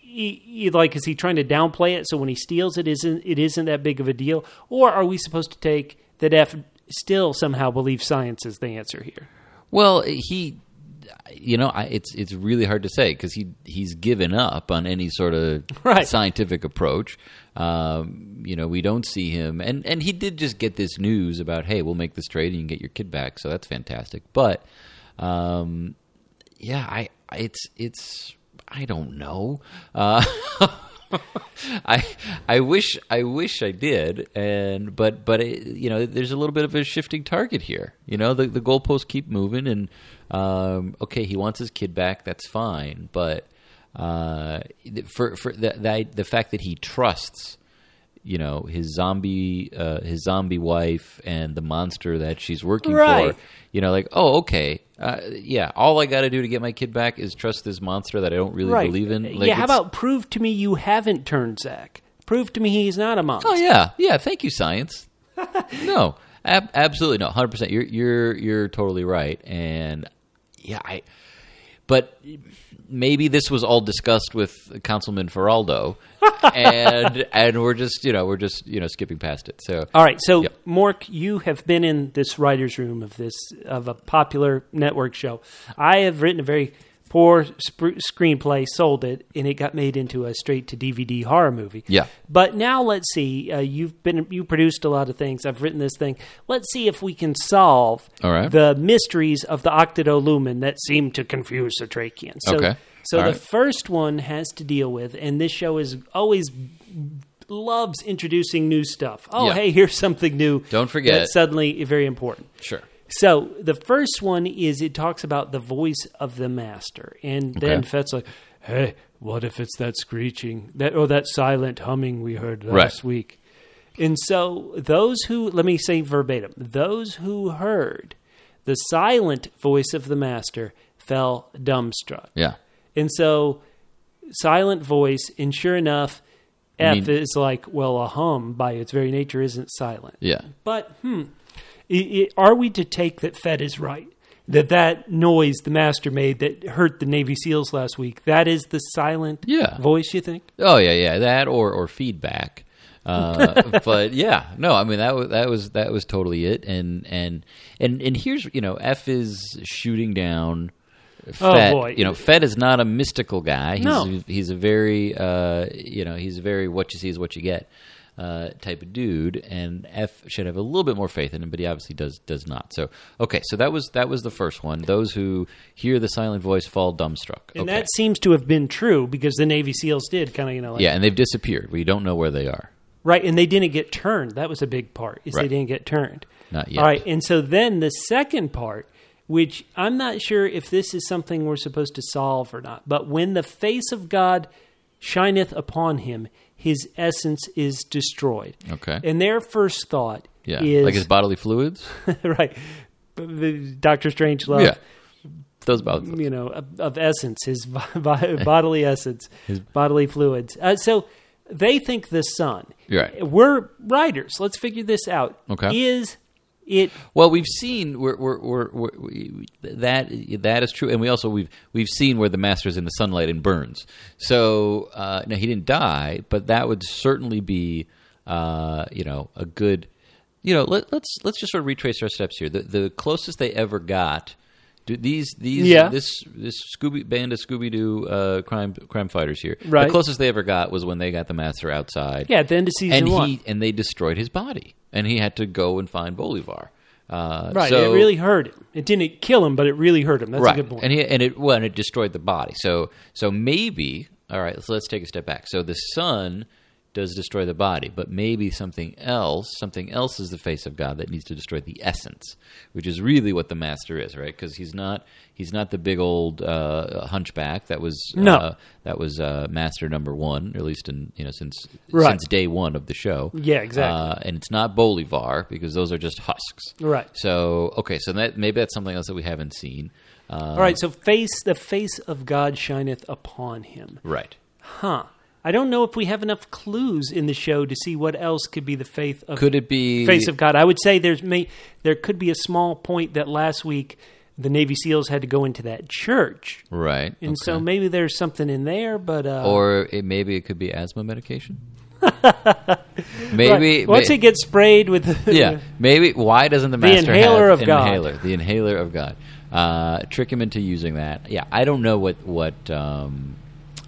Speaker 1: he, he- like, is he trying to downplay it so when he steals it, isn't it isn't that big of a deal? Or are we supposed to take that F still somehow believes science is the answer here?
Speaker 2: Well, he, you know, I, it's it's really hard to say because he he's given up on any sort of
Speaker 1: Right.
Speaker 2: scientific approach. Um, you know, we don't see him, and and he did just get this news about hey, we'll make this trade and you can get your kid back, so that's fantastic. But, um, yeah, I it's it's I don't know. Uh, I I wish I wish I did, and but but it, you know, there's a little bit of a shifting target here. You know, the the goalposts keep moving, and um, okay, he wants his kid back. That's fine, but uh, for for the, the the fact that he trusts. You know his zombie, uh, his zombie wife, and the monster that she's working
Speaker 1: Right.
Speaker 2: for. You know, like, oh, okay, uh, yeah. All I got to do to get my kid back is trust this monster that I don't really believe in. Like,
Speaker 1: Uh, yeah, how
Speaker 2: it's-
Speaker 1: about prove to me you haven't turned Zach? Prove to me he's not a monster.
Speaker 2: Oh yeah, yeah. Thank you, science. no, ab- absolutely no. Hundred percent. You're you're you're totally right. And yeah, I. But maybe this was all discussed with Councilman Feraldo, and and we're just you know we're just you know skipping past it. So
Speaker 1: All right, so
Speaker 2: Yep.
Speaker 1: Mork, you have been in this writers' room of this of a popular network show. I have written a very poor sp- screenplay, sold it, and it got made into a straight to DVD horror movie.
Speaker 2: Yeah.
Speaker 1: But now let's see. Uh, you've been you produced a lot of things. I've written this thing. Let's see if we can solve
Speaker 2: All right.
Speaker 1: the mysteries of the Octodolumen that seem to confuse Satrakian. So,
Speaker 2: Okay.
Speaker 1: So
Speaker 2: All
Speaker 1: the
Speaker 2: right.
Speaker 1: first one has to deal with, and this show is always loves introducing new stuff. Oh,
Speaker 2: Yeah.
Speaker 1: hey, here's something new.
Speaker 2: Don't forget.
Speaker 1: That's suddenly very important.
Speaker 2: sure.
Speaker 1: So the first one is it talks about the voice of the master, and then
Speaker 2: Okay.
Speaker 1: Fett's like, "Hey, what if it's that screeching that or that silent humming we heard last
Speaker 2: Right.
Speaker 1: week?" And so those who let me say verbatim, those who heard the silent voice of the master fell dumbstruck,
Speaker 2: Yeah.
Speaker 1: and so silent voice, and sure enough, F
Speaker 2: mean-
Speaker 1: is like, well, a hum by its very nature isn't silent.
Speaker 2: Yeah.
Speaker 1: But hmm, i i are we to take that Fed is right? That that noise the master made that hurt the Navy SEALs last week that is the silent
Speaker 2: Yeah.
Speaker 1: voice. You think?
Speaker 2: Oh yeah, yeah, that or or feedback. Uh, but yeah, no, I mean that was that was that was totally it. And and and and here's you know F is shooting down. Fett.
Speaker 1: Oh, boy.
Speaker 2: You know, Fed is not a mystical guy. He's,
Speaker 1: No.
Speaker 2: he's a very uh, you know he's a very what you see is what you get uh, type of dude. And F should have a little bit more faith in him, but he obviously does does not. So okay, so that was that was the first one. Those who hear the silent voice fall dumbstruck.
Speaker 1: And
Speaker 2: okay.
Speaker 1: that seems to have been true because the Navy SEALs did kind of you know like,
Speaker 2: yeah, and they've disappeared. We don't know where they are.
Speaker 1: right, and they didn't get turned. That was a big part is
Speaker 2: Right.
Speaker 1: they didn't get turned.
Speaker 2: Not yet.
Speaker 1: All right, and so then the second part which I'm not sure if this is something we're supposed to solve or not. But when the face of God shineth upon him, his essence is destroyed.
Speaker 2: Okay.
Speaker 1: And their first thought
Speaker 2: yeah.
Speaker 1: is
Speaker 2: like his bodily fluids?
Speaker 1: right. B- b- Doctor Strange love,
Speaker 2: yeah. Those bodily fluids.
Speaker 1: you know, of, of essence, his vi- vi- bodily essence, his bodily fluids. Uh, so they think the sun.
Speaker 2: You're right.
Speaker 1: We're writers. Let's figure this out.
Speaker 2: Okay.
Speaker 1: Is it
Speaker 2: Well, we've seen where, where, where, where we, that that is true, and we also we've we've seen where the master's in the sunlight and burns. So uh, now he didn't die, but that would certainly be uh, you know a good you know let, let's let's just sort of retrace our steps here. The the closest they ever got. Do these these
Speaker 1: Yeah.
Speaker 2: this this Scooby band of Scooby Doo uh, crime crime fighters here
Speaker 1: Right.
Speaker 2: the closest they ever got was when they got the master outside
Speaker 1: yeah? At the end of season
Speaker 2: and
Speaker 1: one,
Speaker 2: he and they destroyed his body, and he had to go and find Bolivar. Uh,
Speaker 1: right?
Speaker 2: so-
Speaker 1: it really hurt him. It didn't kill him, but it really hurt him. That's
Speaker 2: right,
Speaker 1: a good point.
Speaker 2: and he and it well, and it destroyed the body. So so maybe all right. So let's take a step back. So the sun does destroy the body, but maybe something else, something else is the face of God that needs to destroy the essence, which is really what the master is, right? Because he's not he's not the big old uh, hunchback that was
Speaker 1: No.
Speaker 2: uh, that was uh, master number one, or at least in you know since
Speaker 1: Right.
Speaker 2: since day one of the show.
Speaker 1: Yeah, exactly.
Speaker 2: Uh, and it's not Bolivar because those are just husks.
Speaker 1: Right.
Speaker 2: So okay, so that maybe that's something else that we haven't seen. Uh,
Speaker 1: All right, so face the face of God shineth upon him.
Speaker 2: right.
Speaker 1: Huh. I don't know if we have enough clues in the show to see what else could be the faith of
Speaker 2: Could it be
Speaker 1: face of God. I would say there's may there could be a small point that last week the Navy SEALs had to go into that church.
Speaker 2: right?
Speaker 1: And so maybe there's something in there, but uh
Speaker 2: or it, maybe it could be asthma medication. maybe
Speaker 1: Right. once
Speaker 2: may-
Speaker 1: it gets sprayed with the,
Speaker 2: yeah, maybe why doesn't the master
Speaker 1: inhaler
Speaker 2: have
Speaker 1: of
Speaker 2: an
Speaker 1: God.
Speaker 2: inhaler? The inhaler of God. Uh, trick him into using that. Yeah, I don't know what what um,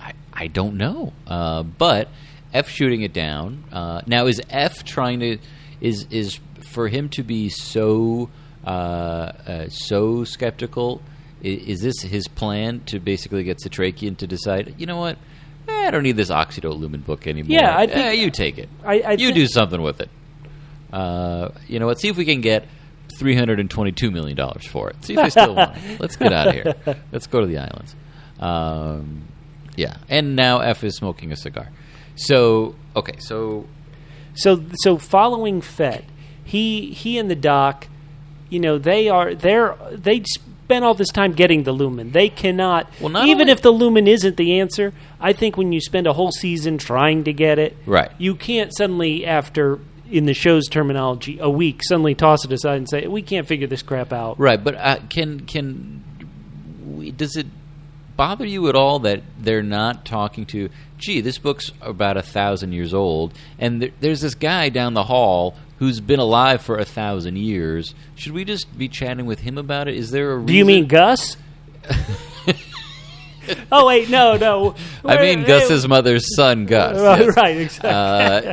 Speaker 2: I I don't know. Uh, but F shooting it down. Uh, now is F trying to is is for him to be so uh, uh, so skeptical? i- Is this his plan to basically get Satrakian to decide? You know what? Eh, I don't need this Oxido Lumen book anymore.
Speaker 1: Yeah, I think-
Speaker 2: Eh, you take it.
Speaker 1: I- I
Speaker 2: you
Speaker 1: thi-
Speaker 2: do something with it uh, you know, let's see if we can get three hundred and twenty-two million dollars for it. See if they still want it. Let's get out of here. Let's go to the islands. Um, yeah, and now F is smoking a cigar. So okay, so
Speaker 1: So so following Fed, he he and the doc, you know, they are they're they spent all this time getting the lumen. They cannot
Speaker 2: Well, not
Speaker 1: even
Speaker 2: only-
Speaker 1: if the lumen isn't the answer, I think when you spend a whole season trying to get it,
Speaker 2: Right.
Speaker 1: You can't suddenly after in the show's terminology, a week suddenly toss it aside and say, "We can't figure this crap out."
Speaker 2: right, but uh, can can we, does it bother you at all that they're not talking to? Gee, this book's about a thousand years old, and there, there's this guy down the hall who's been alive for a thousand years. Should we just be chatting with him about it? Is there a reason?
Speaker 1: Do you mean Gus? oh wait, no, no.
Speaker 2: I mean,
Speaker 1: We're-
Speaker 2: Gus's mother's son, Gus.
Speaker 1: Right,
Speaker 2: yes.
Speaker 1: right, exactly.
Speaker 2: Uh,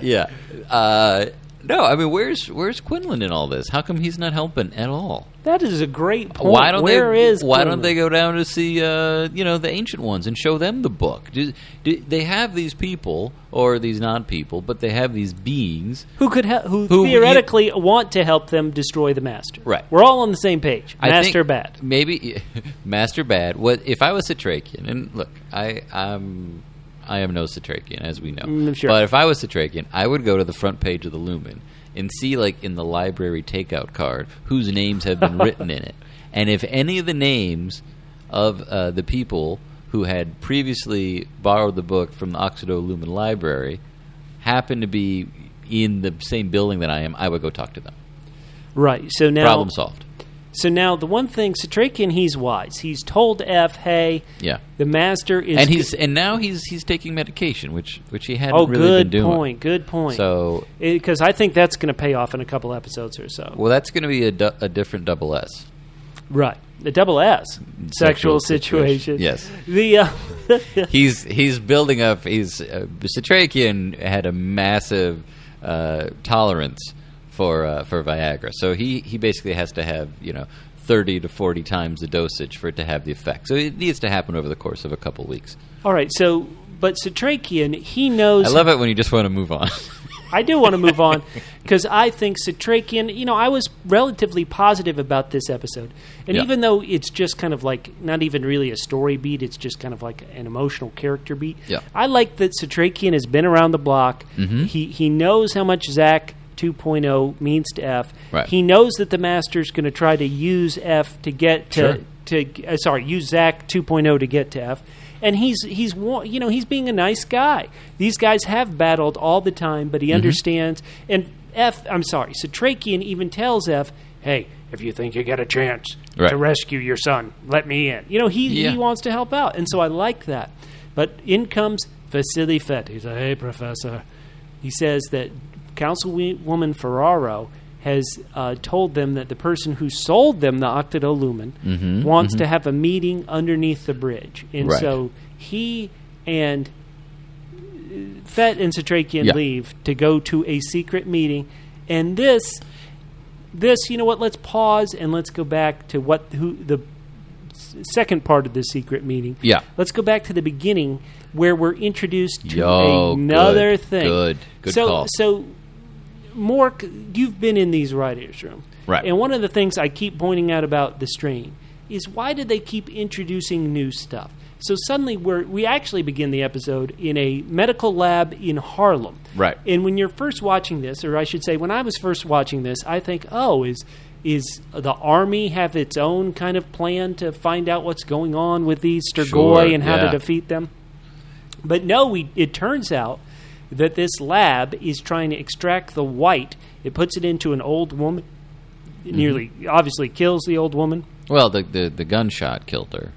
Speaker 2: yeah. Uh, no, I mean, where's where's Quinlan in all this? How come he's not helping at all?
Speaker 1: that is a great point.
Speaker 2: Why don't
Speaker 1: Where
Speaker 2: they?
Speaker 1: is
Speaker 2: why
Speaker 1: Quinlan?
Speaker 2: don't they go down to see uh, you know the ancient ones and show them the book? Do, do, they have these people or these non people, but they have these beings.
Speaker 1: who could hel- who,
Speaker 2: Who
Speaker 1: theoretically want to help them destroy the master.
Speaker 2: Right.
Speaker 1: We're all on the same page.
Speaker 2: I think
Speaker 1: Master bad.
Speaker 2: Maybe Master Bad. What if I was Satrakian? And look, I I'm I am no Satrakian, as we know.
Speaker 1: Mm, sure.
Speaker 2: But if I was Satrakian, I would go to the front page of the Lumen and see, like in the library takeout card, whose names have been written in it, and if any of the names of uh, the people who had previously borrowed the book from the Oxido Lumen Library happened to be in the same building that I am, I would go talk to them.
Speaker 1: Right. So now
Speaker 2: Problem solved.
Speaker 1: So now the one thing Satrakian he's wise. He's told F, hey,
Speaker 2: Yeah.
Speaker 1: the master is
Speaker 2: and he's and now he's he's taking medication, which which he hadn't
Speaker 1: Oh,
Speaker 2: really
Speaker 1: good
Speaker 2: been doing.
Speaker 1: point. Good point.
Speaker 2: So
Speaker 1: because I think that's going to pay off in a couple episodes or so.
Speaker 2: well, that's going to be a, du- a different double S.
Speaker 1: right. The double S sexual,
Speaker 2: Sexual
Speaker 1: situation.
Speaker 2: situation. Yes.
Speaker 1: The uh,
Speaker 2: He's he's building up. He's uh, Citrakian had a massive uh, tolerance for uh, for Viagra, so he he basically has to have you know. 30 to 40 times the dosage for it to have the effect. So it needs to happen over the course of a couple weeks.
Speaker 1: All right. So but Satrakian, he knows
Speaker 2: I love it when you just want to move on.
Speaker 1: I do want to move on because I think Satrakian. You know, I was relatively positive about this episode, and
Speaker 2: Yeah.
Speaker 1: even though it's just kind of like not even really a story beat, it's just kind of like an emotional character beat.
Speaker 2: Yeah. Mm-hmm.
Speaker 1: I like that Satrakian has been around the block. He he knows how much Zach 2.0 means to F.
Speaker 2: Right.
Speaker 1: He knows that the master's going to try to use F to get to
Speaker 2: Sure.
Speaker 1: to uh, sorry use Zach 2.0 to get to F, and he's he's wa- you know he's being a nice guy. These guys have battled all the time, but he
Speaker 2: Mm-hmm.
Speaker 1: understands. And F, I'm sorry, Satrakian even tells F, "Hey, if you think you get a chance
Speaker 2: Right.
Speaker 1: to rescue your son, let me in." You know he
Speaker 2: Yeah.
Speaker 1: he wants to help out, and so I like that. But in comes Vasily Fett. He's like, "Hey, professor." He says that Councilwoman Ferraro has uh, told them that the person who sold them the Octodolumen wants to have a meeting underneath the bridge. And
Speaker 2: Mm-hmm. Right.
Speaker 1: so he and uh, Fett and Satrakian
Speaker 2: Yeah.
Speaker 1: leave to go to a secret meeting. And this, this, you know what? Let's pause and let's go back to what who the s- second part of the secret meeting.
Speaker 2: Yeah.
Speaker 1: Let's go back to the beginning where we're introduced to
Speaker 2: Yo,
Speaker 1: another
Speaker 2: good,
Speaker 1: thing.
Speaker 2: good, good
Speaker 1: so,
Speaker 2: call.
Speaker 1: So, Mork, you've been in these writers' room,
Speaker 2: Right.
Speaker 1: And one of the things I keep pointing out about the strain is why do they keep introducing new stuff? So suddenly we're we actually begin the episode in a medical lab in Harlem,
Speaker 2: Right.
Speaker 1: And when you're first watching this, or I should say, when I was first watching this, I think, oh, is is the army have its own kind of plan to find out what's going on with these Sturgoy
Speaker 2: Sure,
Speaker 1: and how
Speaker 2: yeah.
Speaker 1: to defeat them? But no, we, it turns out that this lab is trying to extract the white. It puts it into an old woman.
Speaker 2: Mm-hmm.
Speaker 1: It Nearly, obviously, kills the old woman.
Speaker 2: Well, the, the the gunshot killed her.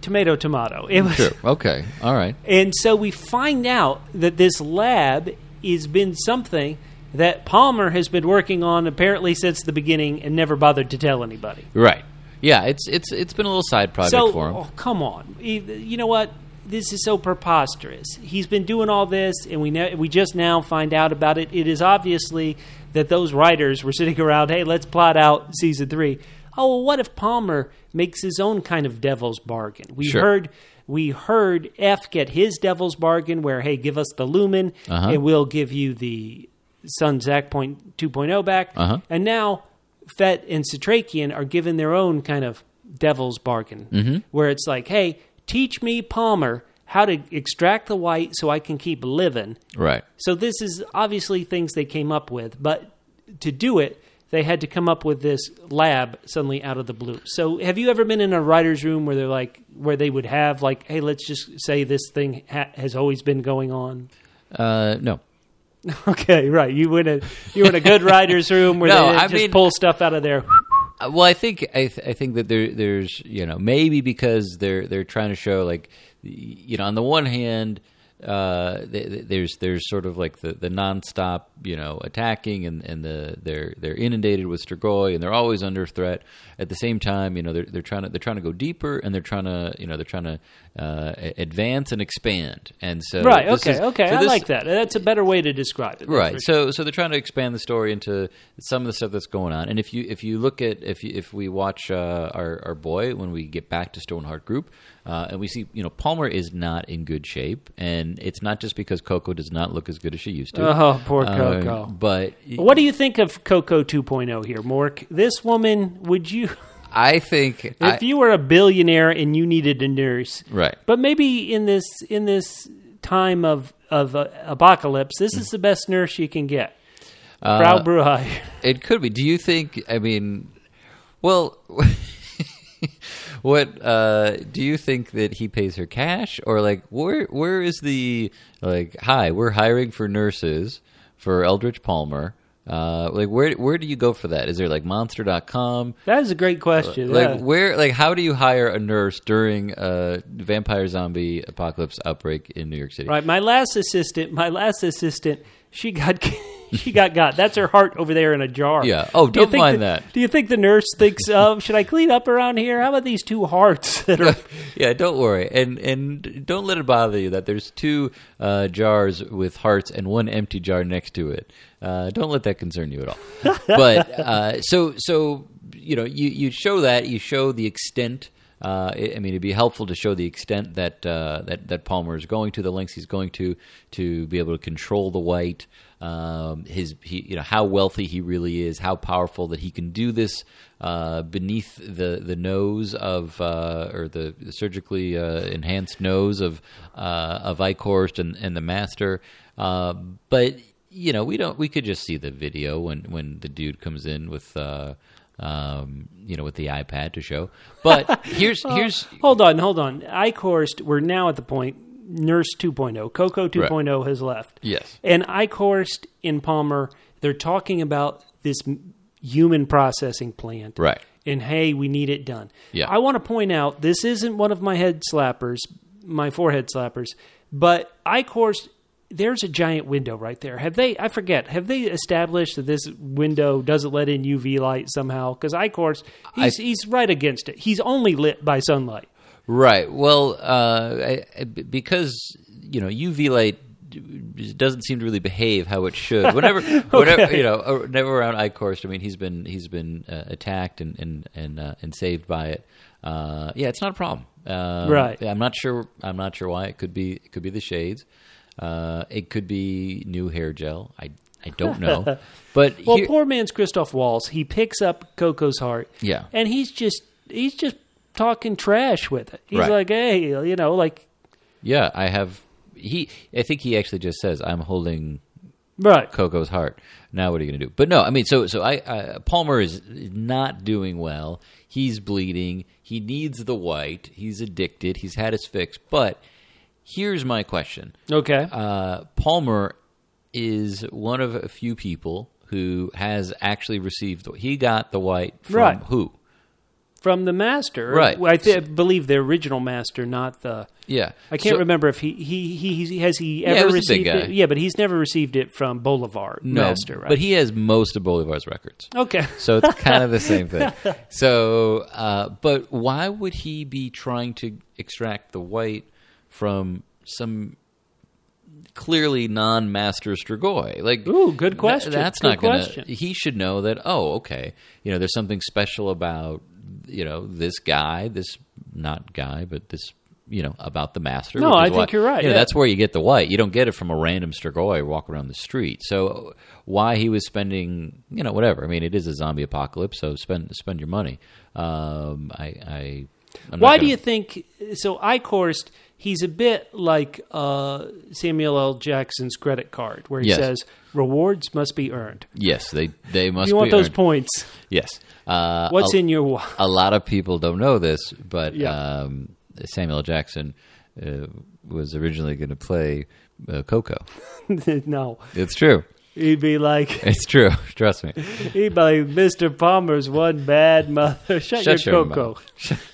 Speaker 1: Tomato, tomato. It was,
Speaker 2: Sure. Okay. All right.
Speaker 1: And so we find out that this lab has been something that Palmer has been working on apparently since the beginning and never bothered to tell anybody.
Speaker 2: Right. Yeah. It's it's it's been a little side project
Speaker 1: so,
Speaker 2: for him.
Speaker 1: oh, come on. E- You know what? This is so preposterous. He's been doing all this, and we know, we just now find out about it. It is obviously that those writers were sitting around. Hey, let's plot out season three. Oh, well, what if Palmer makes his own kind of devil's bargain? We
Speaker 2: Sure.
Speaker 1: heard we heard F get his devil's bargain, where hey, give us the lumen, and we'll give you the Sun Zach point two back.
Speaker 2: Uh-huh.
Speaker 1: And now Fett and Satrakian are given their own kind of devil's bargain, where it's like, hey, teach me Palmer how to extract the white so I can keep living.
Speaker 2: Right.
Speaker 1: So this is obviously things they came up with, but to do it, they had to come up with this lab suddenly out of the blue. So have you ever been in a writer's room where they're like, where they would have like, hey, let's just say this thing ha- has always been going on?
Speaker 2: Uh, no.
Speaker 1: Okay, right. You were in a you were in a good writer's room where
Speaker 2: No,
Speaker 1: they
Speaker 2: I
Speaker 1: just
Speaker 2: mean-
Speaker 1: pull stuff out of there.
Speaker 2: Uh, Well, I think I, th- I think that there there's you know maybe because they're they're trying to show like y- you know on the one hand uh th- th- there's there's sort of like the the nonstop you know attacking and and the they're they're inundated with Strigoi and they're always under threat at the same time you know they're they're trying to they're trying to go deeper and they're trying to you know they're trying to uh a- advance and expand and so
Speaker 1: Right.
Speaker 2: this
Speaker 1: Okay.
Speaker 2: is-
Speaker 1: okay.
Speaker 2: so
Speaker 1: I
Speaker 2: this-
Speaker 1: like that. That's a better way to describe it.
Speaker 2: right so so they're trying to expand the story into some of the stuff that's going on and if you if you look at if you, if we watch uh, our our boy when we get back to stoneheart group uh, and we see you know palmer is not in good shape and it's not just because coco does not look as good as she used to
Speaker 1: Oh, poor
Speaker 2: Um,
Speaker 1: Coco.
Speaker 2: but
Speaker 1: What do you think of Coco 2.0 here, Mork? This woman, would you,
Speaker 2: i think I,
Speaker 1: if you were a billionaire and you needed a nurse,
Speaker 2: right
Speaker 1: but maybe in this in this time of of uh, apocalypse, this is the best nurse you can get.
Speaker 2: Uh,
Speaker 1: Frau Bruhai.
Speaker 2: It could be. Do you think? I mean, well, what uh, do you think that he pays her cash, or like where where is the like? Hi, we're hiring for nurses for Eldridge Palmer. Uh, like where where do you go for that? Is there like Monster.com?
Speaker 1: That is a great question.
Speaker 2: Like
Speaker 1: yeah.
Speaker 2: where like how do you hire a nurse during a vampire zombie apocalypse outbreak in New York City?
Speaker 1: Right. My last assistant, my last assistant, she got she got got. That's her heart over there in a jar.
Speaker 2: Yeah. Oh,
Speaker 1: Do you
Speaker 2: don't
Speaker 1: think
Speaker 2: mind
Speaker 1: the-
Speaker 2: that.
Speaker 1: Do you think the nurse thinks of should I clean up around here? How about these two hearts that are
Speaker 2: yeah, don't worry, and and don't let it bother you that there's two uh, jars with hearts and one empty jar next to it. Uh, don't let that concern you at all. but uh, so so you know you you show that you show the extent Uh, it, I mean, it'd be helpful to show the extent that uh, that that Palmer is going to, the lengths he's going to, to be able to control the white. Um, his, he, you know, how wealthy he really is, how powerful that he can do this uh, beneath the the nose of uh, or the surgically uh, enhanced nose of uh, of Eichhorst and, and the master. Uh, but you know, we don't. We could just see the video when when the dude comes in with. Uh, um, you know, with the iPad to show, but here's here's
Speaker 1: Hold on, hold on. Icorst, we're now at the point Nurse 2.0, Coco 2.0 has left.
Speaker 2: Yes.
Speaker 1: And Icorst and Palmer, they're talking about this m- human processing plant.
Speaker 2: Right.
Speaker 1: And hey, we need it done.
Speaker 2: Yeah.
Speaker 1: I want to point out this isn't one of my head slappers, my forehead slappers, but Icorst there's a giant window right there. Have they? I forget. Have they established that this window doesn't let in UV light somehow? Because Icorst, he's he's right against it. He's only lit by sunlight.
Speaker 2: Right. Well, uh, I- I- b- because you know UV light d- doesn't seem to really behave how it should. Whenever, whenever you know, uh, whenever around Eichhorst, I mean, he's been he's been uh, attacked and and and, uh, and saved by it. Uh, yeah, it's not a problem. Um,
Speaker 1: Right.
Speaker 2: I'm not sure. I'm not sure why. It could be. It could be the shades. Uh, it could be new hair gel. I I don't know. But
Speaker 1: Well,
Speaker 2: here-
Speaker 1: poor man's Christoph Walls. He picks up Coco's heart.
Speaker 2: Yeah.
Speaker 1: and he's just he's just talking trash with it. He's
Speaker 2: Right.
Speaker 1: like, hey, you know, like
Speaker 2: yeah, I have. He. I think he actually just says, "I'm holding."
Speaker 1: right.
Speaker 2: Coco's heart. Now what are you going to do? But no, I mean, so so I, I Palmer is not doing well. He's bleeding. He needs the white. He's addicted. He's had his fix. But here's my question:
Speaker 1: Okay,
Speaker 2: uh, Palmer is one of a few people who has actually received. The, he got the white from
Speaker 1: Right.
Speaker 2: who?
Speaker 1: from the master,
Speaker 2: right.
Speaker 1: I th- believe the original master, not the.
Speaker 2: Yeah,
Speaker 1: I can't
Speaker 2: So-
Speaker 1: remember if he he, he he has he
Speaker 2: it
Speaker 1: ever
Speaker 2: was the
Speaker 1: received
Speaker 2: big guy.
Speaker 1: it. Yeah, but he's never received it from Boulevard
Speaker 2: No,
Speaker 1: Master, right?
Speaker 2: but he has most of Bolivar's records.
Speaker 1: okay,
Speaker 2: So it's kind of the same thing. So, uh, but why would he be trying to extract the white from some clearly non-master Strigoi? Like,
Speaker 1: Ooh, good
Speaker 2: tha-
Speaker 1: question.
Speaker 2: that's
Speaker 1: Good
Speaker 2: not going
Speaker 1: question.
Speaker 2: to. He should know that. Oh, okay. You know, there's something special about you know this guy, this not guy, but this. You know about the master.
Speaker 1: No,
Speaker 2: which is
Speaker 1: I think
Speaker 2: why-
Speaker 1: you're right,
Speaker 2: you know,
Speaker 1: yeah.
Speaker 2: That's where you get the white. You don't get it from a random Strigoi walk around the street. So why he was spending, you know, whatever. I mean, it is a zombie apocalypse, so spend spend your money. Um, I, I I'm not
Speaker 1: Why do
Speaker 2: gonna-
Speaker 1: you think so? Icorst, he's a bit like uh, Samuel L. Jackson's credit card, where he
Speaker 2: Yes.
Speaker 1: says rewards must be earned.
Speaker 2: Yes, they they must.
Speaker 1: You want
Speaker 2: be
Speaker 1: those
Speaker 2: earned.
Speaker 1: points?
Speaker 2: Yes. Uh,
Speaker 1: What's
Speaker 2: a,
Speaker 1: in your wallet?
Speaker 2: a lot of people don't know this, but
Speaker 1: Yeah.
Speaker 2: um, Samuel L. Jackson uh, was originally going to play uh, Coco.
Speaker 1: no,
Speaker 2: It's true.
Speaker 1: he'd be like,
Speaker 2: It's true. Trust me.
Speaker 1: he'd be like, Mister Palmer's one bad mother. Shut,
Speaker 2: Shut
Speaker 1: your,
Speaker 2: your
Speaker 1: cocoa.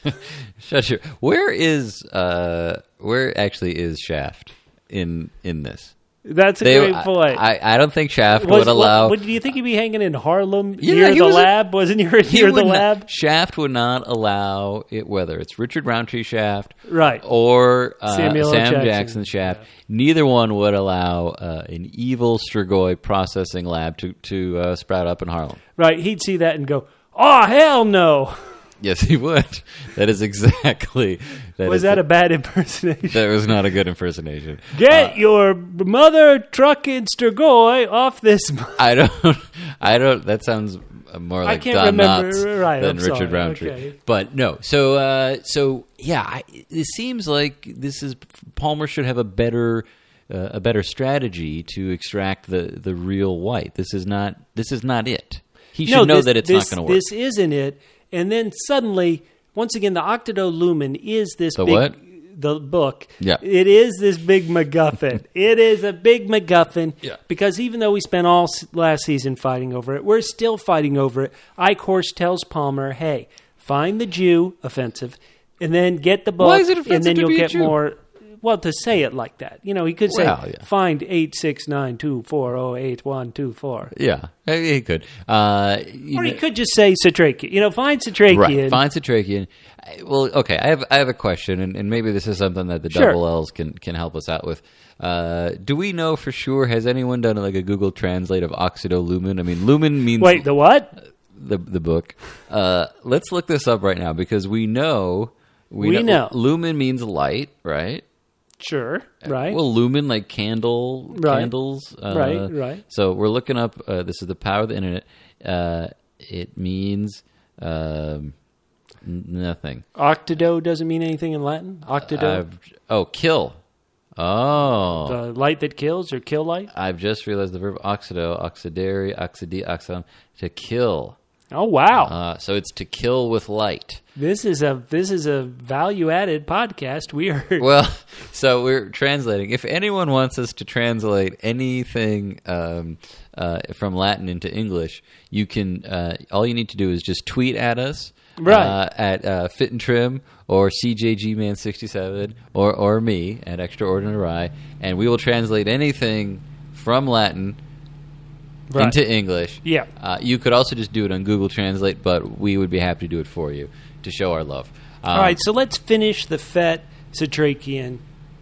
Speaker 2: mouth. Shut your. Where is uh? Where actually is Shaft in in this?
Speaker 1: That's a great
Speaker 2: I-
Speaker 1: point.
Speaker 2: I, I don't think Shaft
Speaker 1: Was-
Speaker 2: would allow.
Speaker 1: what- do you think he'd be hanging in Harlem
Speaker 2: Yeah,
Speaker 1: near
Speaker 2: he
Speaker 1: the
Speaker 2: was a-
Speaker 1: lab? Wasn't he near
Speaker 2: he
Speaker 1: near the
Speaker 2: would not-
Speaker 1: lab?
Speaker 2: Shaft would not allow it. Whether it's Richard Roundtree Shaft,
Speaker 1: Right.
Speaker 2: or uh,
Speaker 1: Samuel L.
Speaker 2: Sam
Speaker 1: Jackson.
Speaker 2: Jackson, Shaft, neither one would allow uh, an evil Strigoi processing lab to to uh, sprout up in Harlem.
Speaker 1: Right, he'd see that and go, "Oh hell no!"
Speaker 2: Yes, he would. That is exactly. That
Speaker 1: Was
Speaker 2: is
Speaker 1: that
Speaker 2: the- Uh,
Speaker 1: a bad impersonation?
Speaker 2: that was not a good impersonation.
Speaker 1: Get your mother trucking Strigoi off this. m-
Speaker 2: I don't. I don't. That sounds more like
Speaker 1: can't
Speaker 2: Don
Speaker 1: remember,
Speaker 2: Knotts
Speaker 1: right,
Speaker 2: than
Speaker 1: I'm
Speaker 2: Richard
Speaker 1: sorry,
Speaker 2: Roundtree.
Speaker 1: okay.
Speaker 2: But no. So uh, so yeah. I, it seems like this is Palmer should have a better. Uh, a better strategy to extract the, the real white. This is not this is not it. He should know
Speaker 1: this-
Speaker 2: that it's
Speaker 1: this,
Speaker 2: not going to work.
Speaker 1: This isn't it. And then suddenly, once again, the Octodo Lumen is this
Speaker 2: The
Speaker 1: big.
Speaker 2: what?
Speaker 1: The book.
Speaker 2: Yeah.
Speaker 1: It is this big MacGuffin. it is a big MacGuffin.
Speaker 2: Yeah.
Speaker 1: Because even though we spent all s- last season fighting over it, we're still fighting over it. Ike Horse tells Palmer, hey, find the Jew, offensive, and then get the book.
Speaker 2: Why is it offensive
Speaker 1: and then
Speaker 2: to
Speaker 1: you'll
Speaker 2: be a
Speaker 1: get
Speaker 2: Jew?
Speaker 1: more. Well, to say it like that, you know, he could say,
Speaker 2: Well, yeah.
Speaker 1: "Find eight six nine two four zero eight one two four.
Speaker 2: yeah, he could. Uh, you
Speaker 1: Or he
Speaker 2: know-
Speaker 1: could just say Satrakian. You know, find Satrakian.
Speaker 2: Right. Find Satrakian. I- uh, Well, okay. I have I have a question, and, and maybe this is something that the
Speaker 1: Sure.
Speaker 2: double L's can can help us out with. Uh, do we know for sure? Has anyone done like a Google Translate of Oxido Lumen? I mean, Lumen means
Speaker 1: Wait, the what?
Speaker 2: the the book. Uh, let's look this up right now because we know
Speaker 1: We know.
Speaker 2: lumen means light, right?
Speaker 1: Sure. Right.
Speaker 2: Uh, Well, lumen like candle,
Speaker 1: Right.
Speaker 2: candles. Uh,
Speaker 1: Right, right.
Speaker 2: So we're looking up. Uh, this is the power of the internet. Uh, it means um, n- nothing.
Speaker 1: Octodo doesn't mean anything in Latin. Octodo,
Speaker 2: I've, oh, kill. Oh,
Speaker 1: the light that kills or kill light.
Speaker 2: I've just realized the verb oxido, oxidary, oxidi, oxon, to kill.
Speaker 1: Oh wow.
Speaker 2: Uh, so it's to kill with light.
Speaker 1: This is a this is a value added podcast. We are
Speaker 2: Well, so we're translating. If anyone wants us to translate anything um, uh, from Latin into English, you can. Uh, all you need to do is just tweet at us.
Speaker 1: Right.
Speaker 2: Uh, at uh, Fit and Trim or CJGman67 or, or me at Extraordinary, and we will translate anything from Latin
Speaker 1: Right.
Speaker 2: into English.
Speaker 1: Yeah.
Speaker 2: Uh, you could also just do it on Google Translate, but we would be happy to do it for you to show our love. Um,
Speaker 1: All right, so let's finish the Fett Satrakian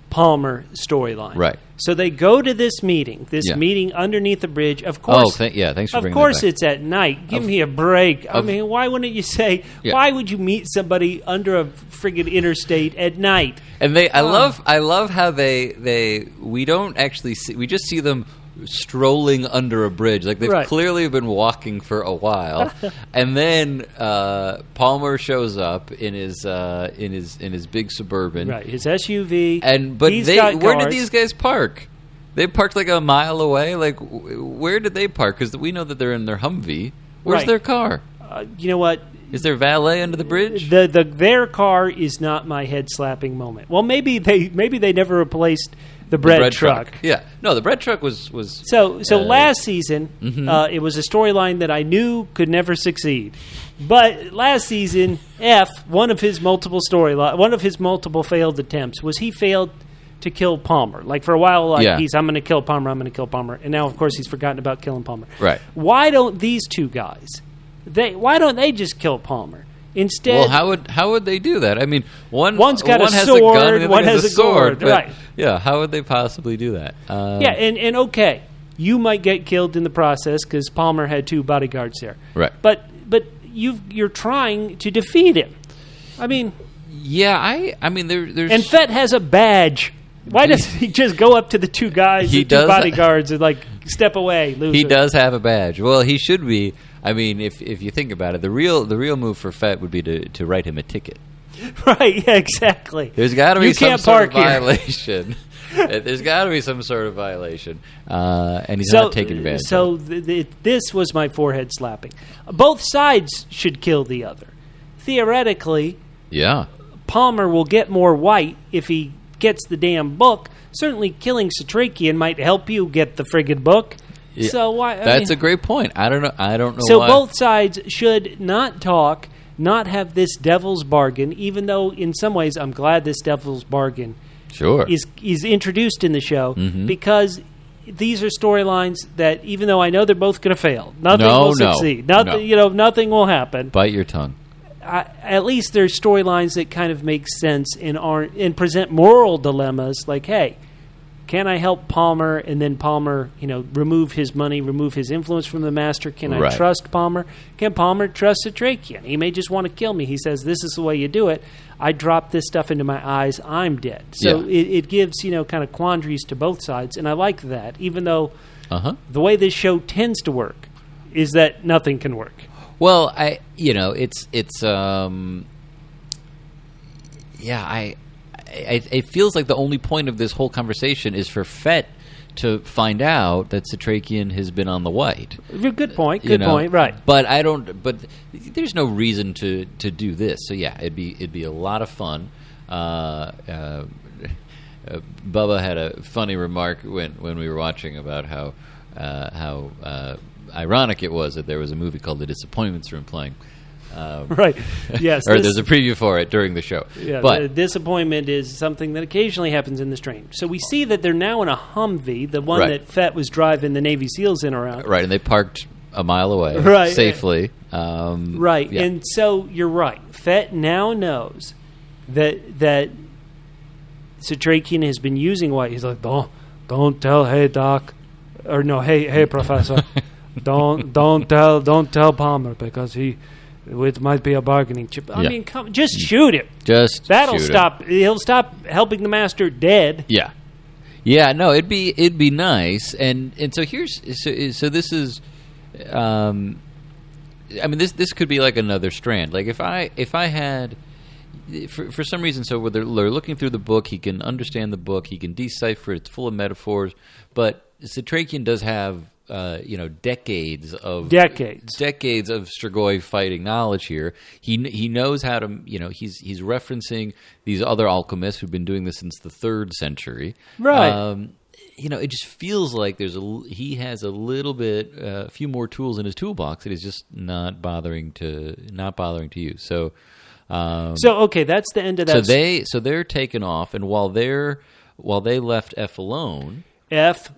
Speaker 1: Palmer storyline.
Speaker 2: Right.
Speaker 1: So they go to this meeting, this
Speaker 2: Yeah.
Speaker 1: meeting underneath the bridge. Of course,
Speaker 2: Oh, thank, yeah. Thanks for
Speaker 1: of
Speaker 2: bringing
Speaker 1: course
Speaker 2: that back.
Speaker 1: it's at night. Give me a break. I
Speaker 2: of-
Speaker 1: mean, why wouldn't you say?
Speaker 2: Yeah.
Speaker 1: Why would you meet somebody under a friggin' interstate at night?
Speaker 2: And they, I love, I love how they, they, we don't actually see, we just see them strolling under a bridge. Like they've
Speaker 1: Right.
Speaker 2: clearly been walking for a while, and then uh, Palmer shows up in his, uh, in his, in his big suburban.
Speaker 1: Right. His SUV.
Speaker 2: And but
Speaker 1: He's
Speaker 2: they,
Speaker 1: got
Speaker 2: where did
Speaker 1: cars.
Speaker 2: these guys park? They parked like a mile away. Like, w- where did they park? Because we know that they're in their Humvee. Where's
Speaker 1: Right.
Speaker 2: their car?
Speaker 1: Uh, you know what?
Speaker 2: Is there valet under the bridge?
Speaker 1: The the their car is not my head slapping moment. Well, maybe they maybe they never replaced the bread, truck.
Speaker 2: Yeah. No, the bread truck was was
Speaker 1: So, so
Speaker 2: Uh, mm-hmm.
Speaker 1: last season, uh, it was a storyline that I knew could never succeed. But last season, F one of his multiple storyline, one of his multiple failed attempts was he failed to kill Palmer. Like for a while, like
Speaker 2: Yeah.
Speaker 1: he's I'm going to kill Palmer, I'm going to kill Palmer, and now of course he's forgotten about killing Palmer.
Speaker 2: Right.
Speaker 1: Why don't these two guys? They why don't they just kill Palmer instead?
Speaker 2: Well, how would how would they do that? I mean, one
Speaker 1: One's got a
Speaker 2: one has
Speaker 1: sword,
Speaker 2: a gun, and the other
Speaker 1: one
Speaker 2: has,
Speaker 1: has a
Speaker 2: sword.
Speaker 1: gourd,
Speaker 2: but,
Speaker 1: right.
Speaker 2: Yeah. How would they possibly do that? Um,
Speaker 1: Yeah, and, and okay, you might get killed in the process because Palmer had two bodyguards there.
Speaker 2: Right.
Speaker 1: But but you you're trying to defeat him. I mean,
Speaker 2: Yeah. I. I mean, there, there's.
Speaker 1: and Fett has a badge. Why doesn't he just go up to the two guys,
Speaker 2: He
Speaker 1: the two
Speaker 2: does-
Speaker 1: bodyguards, and like step away, loser?
Speaker 2: he does have a badge. Well, he should be. I mean, if if you think about it, the real the real move for Fett would be to to write him a ticket.
Speaker 1: right? Yeah, exactly.
Speaker 2: There's got to be
Speaker 1: You
Speaker 2: some
Speaker 1: can't
Speaker 2: sort of
Speaker 1: park here.
Speaker 2: violation. There's got to be some sort of violation, uh, and he's not taking advantage. of it.
Speaker 1: So th- th- this was my forehead slapping. Both sides should kill the other. Theoretically,
Speaker 2: yeah,
Speaker 1: Palmer will get more white if he gets the damn book. Certainly, killing Satrakian might help you get the friggin' book.
Speaker 2: Yeah.
Speaker 1: So why? I
Speaker 2: that's
Speaker 1: mean-
Speaker 2: a great point. I don't know. I don't know.
Speaker 1: so
Speaker 2: why.
Speaker 1: both sides should not talk, not have this devil's bargain. Even though, in some ways, I'm glad this devil's bargain
Speaker 2: sure
Speaker 1: is is introduced in the show
Speaker 2: Mm-hmm.
Speaker 1: because these are storylines that, even though I know they're both going to fail, nothing
Speaker 2: No,
Speaker 1: will
Speaker 2: no,
Speaker 1: succeed.
Speaker 2: no.
Speaker 1: Nothing, you know, nothing will happen.
Speaker 2: bite your tongue.
Speaker 1: I, at least there's storylines that kind of make sense and aren't and present moral dilemmas like hey can i help palmer and then palmer you know remove his money remove his influence from the master can
Speaker 2: Right.
Speaker 1: i trust palmer can palmer trust Satrakian? he may just want to kill me he says this is the way you do it i drop this stuff into my eyes i'm dead so
Speaker 2: Yeah.
Speaker 1: it, it gives you know kind of quandaries to both sides and i like that even though
Speaker 2: Uh huh.
Speaker 1: the way this show tends to work is that nothing can work
Speaker 2: Well, I you know it's it's um yeah I, I it feels like the only point of this whole conversation is for Fett to find out that Satrakian has been on the white.
Speaker 1: good point good
Speaker 2: you know?
Speaker 1: point right
Speaker 2: But I don't. But there's no reason to to do this. So yeah, it'd be it'd be a lot of fun. Uh, uh, uh, Bubba had a funny remark when when we were watching about how uh, how uh, ironic it was that there was a movie called The Disappointments Room playing. Um,
Speaker 1: right yes
Speaker 2: or
Speaker 1: this-
Speaker 2: there's a preview for it during the show.
Speaker 1: Yeah,
Speaker 2: but
Speaker 1: the disappointment is something that occasionally happens in this train. So we see that they're now in a Humvee, the one
Speaker 2: Right.
Speaker 1: that Fett was driving the Navy SEALs in around.
Speaker 2: right, and they parked a mile away
Speaker 1: Right.
Speaker 2: safely. Um,
Speaker 1: Right,
Speaker 2: yeah.
Speaker 1: and so you're right. Fett now knows that that Satrakian has been using white. He's like, don't don't tell, hey doc, or no, hey hey professor, don't don't tell don't tell Palmer because he It might be a bargaining chip. I
Speaker 2: Yeah.
Speaker 1: mean, come, just shoot him.
Speaker 2: Just
Speaker 1: That'll
Speaker 2: shoot 'em.
Speaker 1: stop. He'll stop helping the master dead.
Speaker 2: Yeah, yeah. No, it'd be it'd be nice. And and so here's so, so this is, um, I mean this this could be like another strand. Like if I if I had. For, for some reason, so where they're, they're looking through the book, he can understand the book, he can decipher. It's full of metaphors, but Satrakian does have, uh, you know, decades of
Speaker 1: Decades.
Speaker 2: decades of Strigoi fighting knowledge here. He kn- he knows how to you know he's he's referencing these other alchemists who've been doing this since the third century.
Speaker 1: Right.
Speaker 2: Um, you know, it just feels like there's a l- he has a little bit uh, a few more tools in his toolbox that he's just not bothering to not bothering to use. So. Um,
Speaker 1: So okay, that's the end of
Speaker 2: so
Speaker 1: that.
Speaker 2: they so they're taken off, and while they're while they left F alone,
Speaker 1: F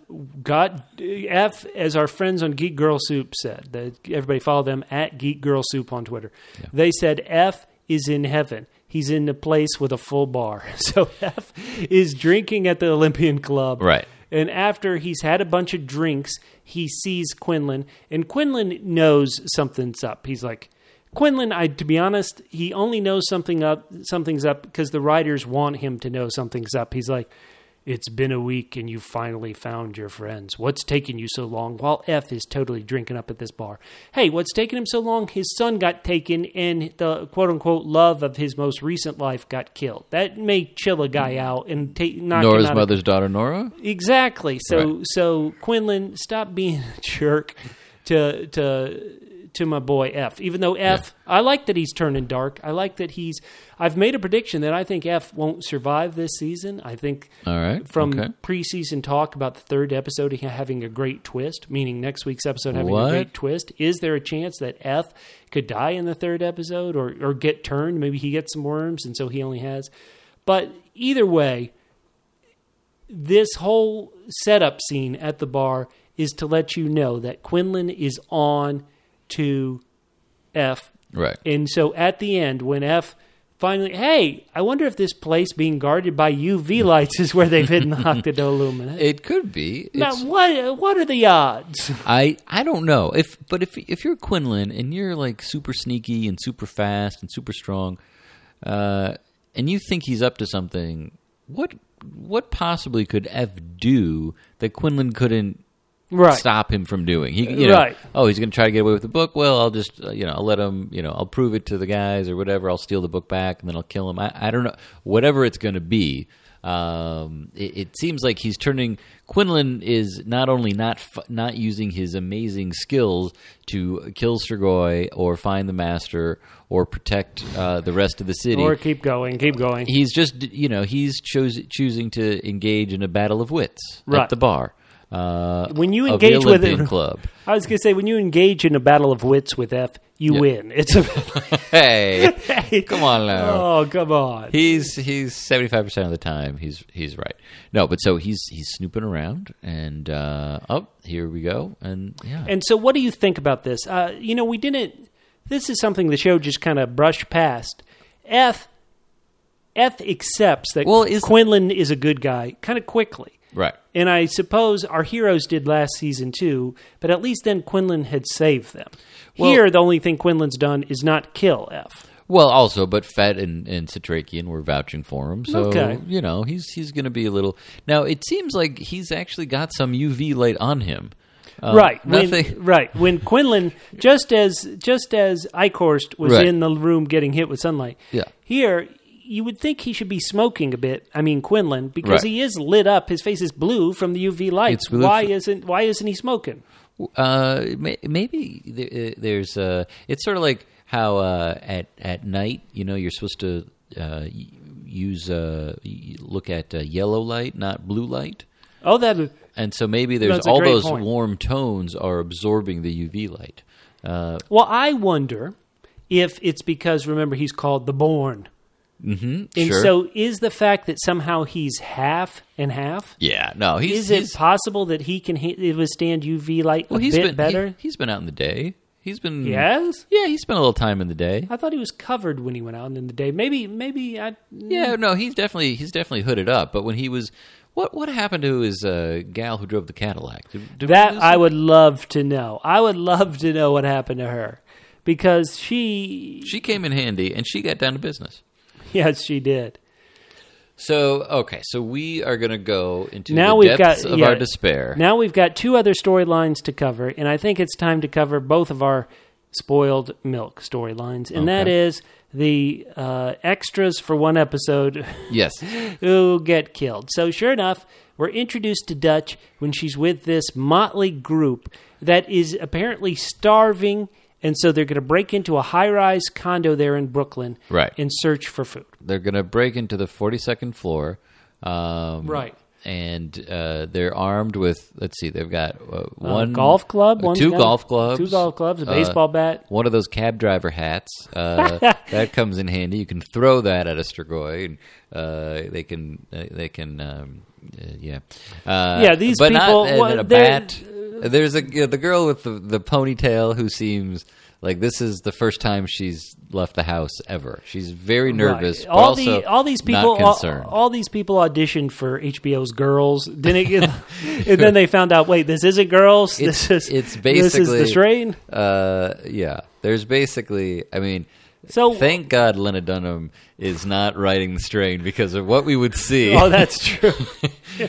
Speaker 1: got F as our friends on Geek Girl Soup said. That everybody follow them at Geek Girl Soup on Twitter. They said F is in heaven. He's in a place with a full bar. So F is drinking at the Olympian Club.
Speaker 2: Right.
Speaker 1: And after he's had a bunch of drinks, he sees Quinlan, and Quinlan knows something's up. He's like, Quinlan, I to be honest, he only knows something up something's up because the writers want him to know something's up. He's like, It's been a week and you finally found your friends. What's taking you so long? While F is totally drinking up at this bar. Hey, what's taking him so long? His son got taken and the quote unquote love of his most recent life got killed. That may chill a guy out and take knock him
Speaker 2: Nora's
Speaker 1: out of
Speaker 2: mother's daughter Nora.
Speaker 1: Exactly. So so Quinlan, stop being a jerk to to to my boy F. Even though F, I like that he's turning dark. I like that he's. I've made a prediction that I think F won't survive this season. I think
Speaker 2: All right,
Speaker 1: from
Speaker 2: okay.
Speaker 1: preseason talk about the third episode ha- having a great twist, meaning next week's episode having a
Speaker 2: What?
Speaker 1: great twist. Is there a chance that F could die in the third episode or, or get turned? Maybe he gets some worms and so he only has. But either way, this whole setup scene at the bar is to let you know that Quinlan is on to F
Speaker 2: right.
Speaker 1: and so at the end, when F finally, hey, I wonder if this place being guarded by UV lights is where they've hidden the Octodolum.
Speaker 2: Hmm. It could be.
Speaker 1: Now,
Speaker 2: It's-
Speaker 1: what what are the odds?
Speaker 2: I I don't know if, but if if you're Quinlan and you're like super sneaky and super fast and super strong, uh, and you think he's up to something, what what possibly could F do that Quinlan couldn't
Speaker 1: Right.
Speaker 2: stop him from doing? He you know,
Speaker 1: Right.
Speaker 2: oh he's going to try to get away with the book. Well, I'll just uh, you know I'll let him you know I'll prove it to the guys or whatever. I'll steal the book back and then I'll kill him. I, I don't know whatever it's going to be. Um, it, it seems like he's turning. Quinlan is not only not f- not using his amazing skills to kill Sergoi or find the master or protect uh, the rest of the city.
Speaker 1: Or keep going, keep going.
Speaker 2: he's just you know he's chose, choosing to engage in a battle of wits
Speaker 1: Right.
Speaker 2: at the bar. Uh,
Speaker 1: When you
Speaker 2: of the
Speaker 1: engage with it-
Speaker 2: Olympian club.
Speaker 1: I was going to say, when you engage in a battle of wits with F, you win. It's a
Speaker 2: hey, come on now.
Speaker 1: oh come on.
Speaker 2: He's he's seventy five percent of the time he's he's right. No, but so he's he's snooping around and uh, oh here we go and yeah
Speaker 1: And so, what do you think about this? Uh, you know, we didn't. This is something the show just kind of brushed past. F F accepts that
Speaker 2: Well, is-
Speaker 1: Quinlan is a good guy kind of quickly.
Speaker 2: right
Speaker 1: And I suppose our heroes did last season too, but at least then Quinlan had saved them.
Speaker 2: Well-
Speaker 1: Here, the only thing Quinlan's done is not kill F.
Speaker 2: well also but Fett and and Citrakian were vouching for him so
Speaker 1: Okay.
Speaker 2: you know he's he's going to be a little now it seems like he's actually got some UV light on him Uh,
Speaker 1: right.
Speaker 2: nothing
Speaker 1: When, right. When Quinlan, just as just as Eichhorst was
Speaker 2: Right.
Speaker 1: in the room getting hit with sunlight,
Speaker 2: Yeah.
Speaker 1: here you would think he should be smoking a bit. I mean Quinlan, because
Speaker 2: Right.
Speaker 1: he is lit up. His face is blue from the UV lights.
Speaker 2: It's blue
Speaker 1: Why
Speaker 2: f-
Speaker 1: isn't Why isn't he smoking?
Speaker 2: uh, may- maybe th- uh, there's uh, it's sort of like how uh, at at night you know you're supposed to uh, y- use uh, y- look at uh, yellow light, not blue light,
Speaker 1: Oh, that
Speaker 2: and so maybe there's
Speaker 1: That's a
Speaker 2: all
Speaker 1: great
Speaker 2: those
Speaker 1: point.
Speaker 2: warm tones are absorbing the UV light. Uh,
Speaker 1: Well, I wonder if it's because remember he's called the Born, mm-hmm, and
Speaker 2: sure.
Speaker 1: so is the fact that somehow he's half and half.
Speaker 2: yeah, no, he's
Speaker 1: Is it
Speaker 2: he's,
Speaker 1: possible that he can ha- withstand UV light a
Speaker 2: well, he's
Speaker 1: bit
Speaker 2: been
Speaker 1: better?
Speaker 2: He, Hmm. has been out in the day. He's been
Speaker 1: yes,
Speaker 2: yeah. He spent a little time in the day.
Speaker 1: I thought he was covered when he went out in the day. Maybe, maybe I.
Speaker 2: Yeah, no, he's definitely he's definitely hooded up. But when he was, what what happened to his uh, gal who drove the Cadillac? Did- did we
Speaker 1: That
Speaker 2: lose
Speaker 1: I would love to know. I would love to know what happened to her because she,
Speaker 2: She came in handy, and she got down to business.
Speaker 1: yes, she did.
Speaker 2: So okay, so we are going to go into
Speaker 1: Now
Speaker 2: the
Speaker 1: we've
Speaker 2: depths
Speaker 1: got-
Speaker 2: of
Speaker 1: yeah.
Speaker 2: our despair.
Speaker 1: Now we've got two other storylines to cover, and I think it's time to cover both of our spoiled milk storylines, and that
Speaker 2: Okay.
Speaker 1: is the uh, extras for one episode
Speaker 2: yes,
Speaker 1: who get killed. So sure enough, we're introduced to Dutch when she's with this motley group that is apparently starving, and so they're going to break into a high-rise condo there in Brooklyn
Speaker 2: Right.
Speaker 1: and search for food.
Speaker 2: they're going to break into the forty-second floor. Um,
Speaker 1: Right.
Speaker 2: And uh, they're armed with. Let's see, they've got uh, one
Speaker 1: golf club,
Speaker 2: uh,
Speaker 1: one's
Speaker 2: two
Speaker 1: got-
Speaker 2: golf clubs,
Speaker 1: two golf clubs, a
Speaker 2: uh,
Speaker 1: baseball bat.
Speaker 2: one of those cab driver hats uh, that comes in handy. You can throw that at a Strigoi, and uh, they can uh, they can um, uh, yeah uh,
Speaker 1: Yeah, these
Speaker 2: but
Speaker 1: people-
Speaker 2: not, and,
Speaker 1: well,
Speaker 2: and a
Speaker 1: they're-
Speaker 2: bat. There's a yeah, the girl with the, the ponytail who seems like this is the first time she's left the house ever. She's very nervous.
Speaker 1: Right.
Speaker 2: but
Speaker 1: All
Speaker 2: also
Speaker 1: the all these people,
Speaker 2: not concerned.
Speaker 1: all, all these people auditioned for HBO's Girls. Then it, and then they found out. Wait, this isn't Girls.
Speaker 2: it's,
Speaker 1: this is
Speaker 2: it's
Speaker 1: this
Speaker 2: basically
Speaker 1: is the train.
Speaker 2: Uh, yeah, there's basically. I mean.
Speaker 1: So
Speaker 2: Thank God Lena Dunham is not riding the strain because of what we would see.
Speaker 1: oh, that's true.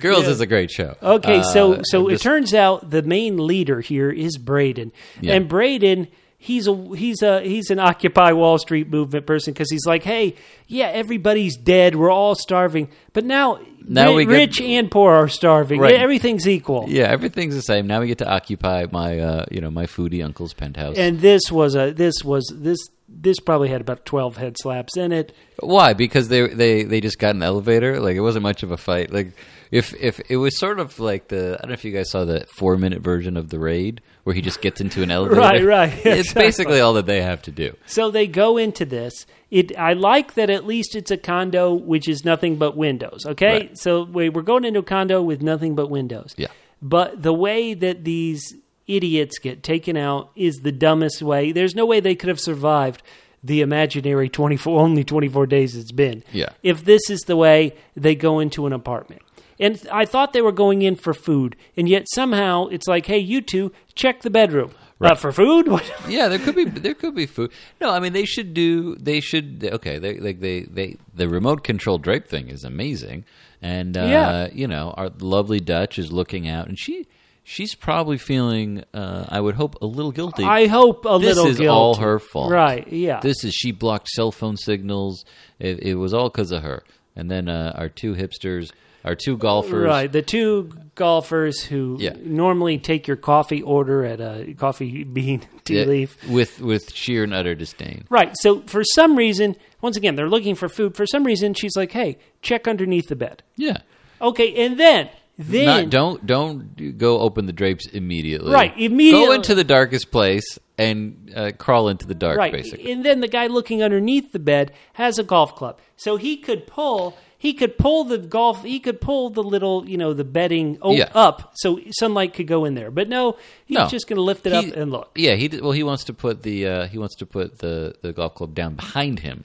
Speaker 2: Girls is a great show.
Speaker 1: Okay, so
Speaker 2: Uh,
Speaker 1: so
Speaker 2: I'm
Speaker 1: it
Speaker 2: just-
Speaker 1: turns out the main leader here is Braden,
Speaker 2: Yeah.
Speaker 1: and Braden. He's a he's a he's an Occupy Wall Street movement person because he's like, hey, yeah, everybody's dead, we're all starving, but now,
Speaker 2: Now
Speaker 1: ri-
Speaker 2: we get-
Speaker 1: rich and poor are starving,
Speaker 2: Right.
Speaker 1: everything's equal.
Speaker 2: yeah, everything's the same. Now we get to occupy my uh, you know my foodie uncle's penthouse.
Speaker 1: and this was a this was this this probably had about 12 head slaps in it
Speaker 2: Why? Because they they they just got an elevator. Like it wasn't much of a fight. Like if if it was sort of like the I don't know if you guys saw the four minute version of the raid where he just gets into an elevator.
Speaker 1: Right, right.
Speaker 2: it's basically all that they have to do.
Speaker 1: so they go into this it i like that at least it's a condo which is nothing but windows okay
Speaker 2: Right.
Speaker 1: so we, we're going into a condo with nothing but windows
Speaker 2: Yeah.
Speaker 1: but the way that these idiots get taken out is the dumbest way there's no way they could have survived the imaginary 24 only 24 days it's been
Speaker 2: Yeah.
Speaker 1: if this is the way they go into an apartment. And I thought they were going in for food, and yet somehow it's like, hey, you two, check the bedroom. Uh, for food?
Speaker 2: yeah, there could be there could be food. No, I mean they should do they should okay. They like they they the remote control drape thing is amazing, and uh,
Speaker 1: Yeah.
Speaker 2: you know our lovely Dutch is looking out, and she she's probably feeling uh, I would hope a little guilty.
Speaker 1: I hope a
Speaker 2: this
Speaker 1: little
Speaker 2: is all
Speaker 1: guilt.
Speaker 2: her fault,
Speaker 1: Right, yeah.
Speaker 2: This is she blocked cell phone signals. It, it was all because of her. And then uh, our two hipsters, our two golfers,
Speaker 1: Right, the two golfers who
Speaker 2: Yeah.
Speaker 1: normally take your coffee order at a coffee bean tea
Speaker 2: yeah,
Speaker 1: leaf.
Speaker 2: with with sheer and utter disdain.
Speaker 1: Right, so for some reason, once again, they're looking for food. For some reason, she's like, hey, check underneath the bed.
Speaker 2: Yeah.
Speaker 1: Okay, and then, then
Speaker 2: Not, don't don't go open the drapes immediately.
Speaker 1: Right, immediately.
Speaker 2: Go into the darkest place and uh, crawl into the dark.
Speaker 1: right.
Speaker 2: Basically,
Speaker 1: And then the guy looking underneath the bed has a golf club, so he could pull. He could pull the golf. He could pull the little, you know, the bedding o-
Speaker 2: Yeah.
Speaker 1: up, so sunlight could go in there. But no, he's
Speaker 2: No.
Speaker 1: just going to lift it
Speaker 2: He-
Speaker 1: up and look.
Speaker 2: Yeah. He did- well, he wants to put the uh, he wants to put the the golf club down behind him.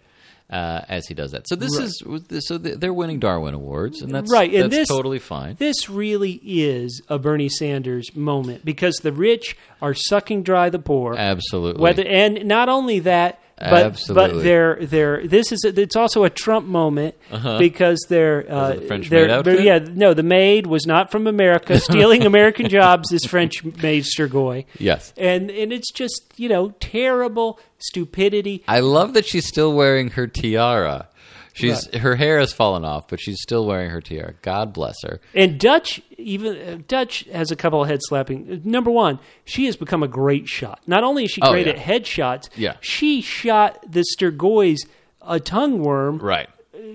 Speaker 2: Uh, as he does that, so this is so th- they're winning Darwin awards, and that's
Speaker 1: Right, and
Speaker 2: that's
Speaker 1: this-
Speaker 2: totally fine.
Speaker 1: This really is a Bernie Sanders moment because the rich are sucking dry the poor.
Speaker 2: Absolutely,
Speaker 1: Whether and not only that, but
Speaker 2: Absolutely.
Speaker 1: but they're they're this is a, it's also a Trump moment because they're uh,
Speaker 2: Uh-huh. it the French
Speaker 1: they're,
Speaker 2: maid
Speaker 1: they're-
Speaker 2: outfit?
Speaker 1: yeah no the maid was not from America stealing American jobs is French maid Sturgoy
Speaker 2: yes.
Speaker 1: and and it's just you know terrible stupidity
Speaker 2: I love that she's still wearing her tiara. She's her hair has fallen off, but she's still wearing her tiara. God bless her.
Speaker 1: And Dutch, even uh, Dutch has a couple of head slapping. Number one, she has become a great shot. Not only is she
Speaker 2: Oh,
Speaker 1: great
Speaker 2: yeah.
Speaker 1: at headshots,
Speaker 2: Yeah.
Speaker 1: she shot the Sturgoy's a tongue worm,
Speaker 2: Right.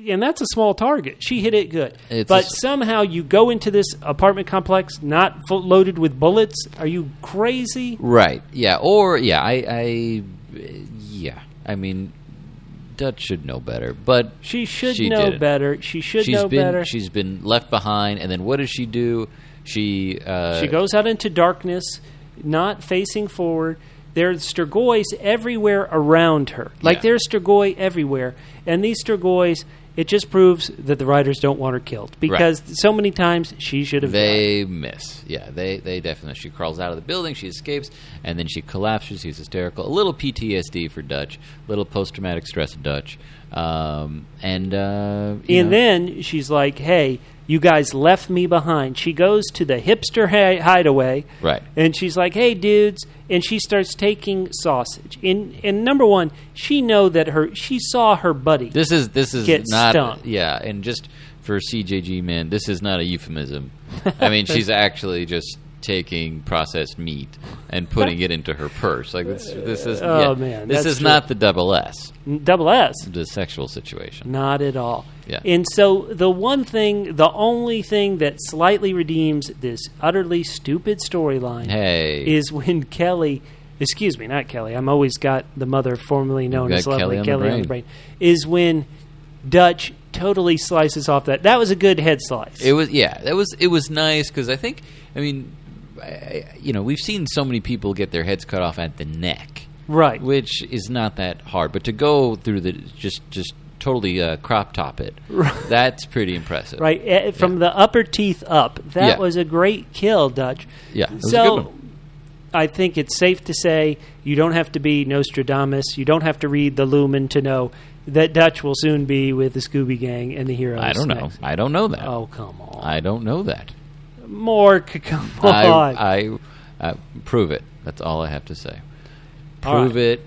Speaker 1: and that's a small target. She hit it good.
Speaker 2: It's
Speaker 1: but
Speaker 2: a s-
Speaker 1: somehow you go into this apartment complex not full, loaded with bullets. Are you crazy?
Speaker 2: Right. Yeah. Or yeah. I. I yeah. I mean, Dutch should know better, but
Speaker 1: She should
Speaker 2: She
Speaker 1: know
Speaker 2: didn't.
Speaker 1: better. She should
Speaker 2: she's
Speaker 1: know
Speaker 2: been
Speaker 1: better.
Speaker 2: she's been left behind. And then what does she do? She uh,
Speaker 1: She goes out into darkness, not facing forward. There's Sturgoys everywhere around her. Like
Speaker 2: Yeah.
Speaker 1: there's Sturgoy everywhere. And these Sturgoys, It just proves that the writers don't want her killed because so many times she should have died.
Speaker 2: They miss. Yeah, they they definitely. She crawls out of the building. She escapes, and then she collapses. She's hysterical. A little PTSD for Dutch. Little post traumatic stress of Dutch. Um, and uh, you
Speaker 1: And
Speaker 2: know,
Speaker 1: then she's like, "Hey, you guys left me behind." She goes to the hipster hi- hideaway,
Speaker 2: Right.
Speaker 1: And she's like, "Hey, dudes!" And she starts taking sausage. And and number one, she know that her she saw her buddy.
Speaker 2: this is this is
Speaker 1: Get
Speaker 2: not.
Speaker 1: stung.
Speaker 2: Yeah, and just for CJG man, this is not a euphemism. I mean, she's actually just taking processed meat and putting it into her purse. Like this, this is.
Speaker 1: Oh,
Speaker 2: yeah,
Speaker 1: man,
Speaker 2: this
Speaker 1: that's
Speaker 2: is
Speaker 1: true.
Speaker 2: not the double S.
Speaker 1: Double S.
Speaker 2: The sexual situation.
Speaker 1: Not at all.
Speaker 2: Yeah.
Speaker 1: And so the one thing, the only thing that slightly redeems this utterly stupid storyline
Speaker 2: Hey,
Speaker 1: is when Kelly, excuse me, not Kelly. I'm always got the mother formerly known
Speaker 2: got
Speaker 1: as lovely
Speaker 2: Kelly on the
Speaker 1: Kelly on the
Speaker 2: brain.
Speaker 1: brain. Is when Dutch totally slices off that. That was a good head slice.
Speaker 2: It was yeah. That was it was nice because I think I mean, I- I, you know, we've seen so many people get their heads cut off at the neck,
Speaker 1: right.
Speaker 2: which is not that hard. But to go through the just just totally uh, crop top it, that's pretty impressive.
Speaker 1: Right. eh, From the upper teeth up. That
Speaker 2: Yeah.
Speaker 1: was a great kill, Dutch.
Speaker 2: Yeah, it was a
Speaker 1: so
Speaker 2: good one.
Speaker 1: I think it's safe to say you don't have to be Nostradamus. You don't have to read the Lumen to know that Dutch will soon be with the Scooby Gang and the heroes.
Speaker 2: I don't know.
Speaker 1: next.
Speaker 2: I don't know that.
Speaker 1: Oh come on,
Speaker 2: I don't know that.
Speaker 1: Mork, come on.
Speaker 2: I, I uh, prove it. That's all I have to say.
Speaker 1: All right.
Speaker 2: Prove it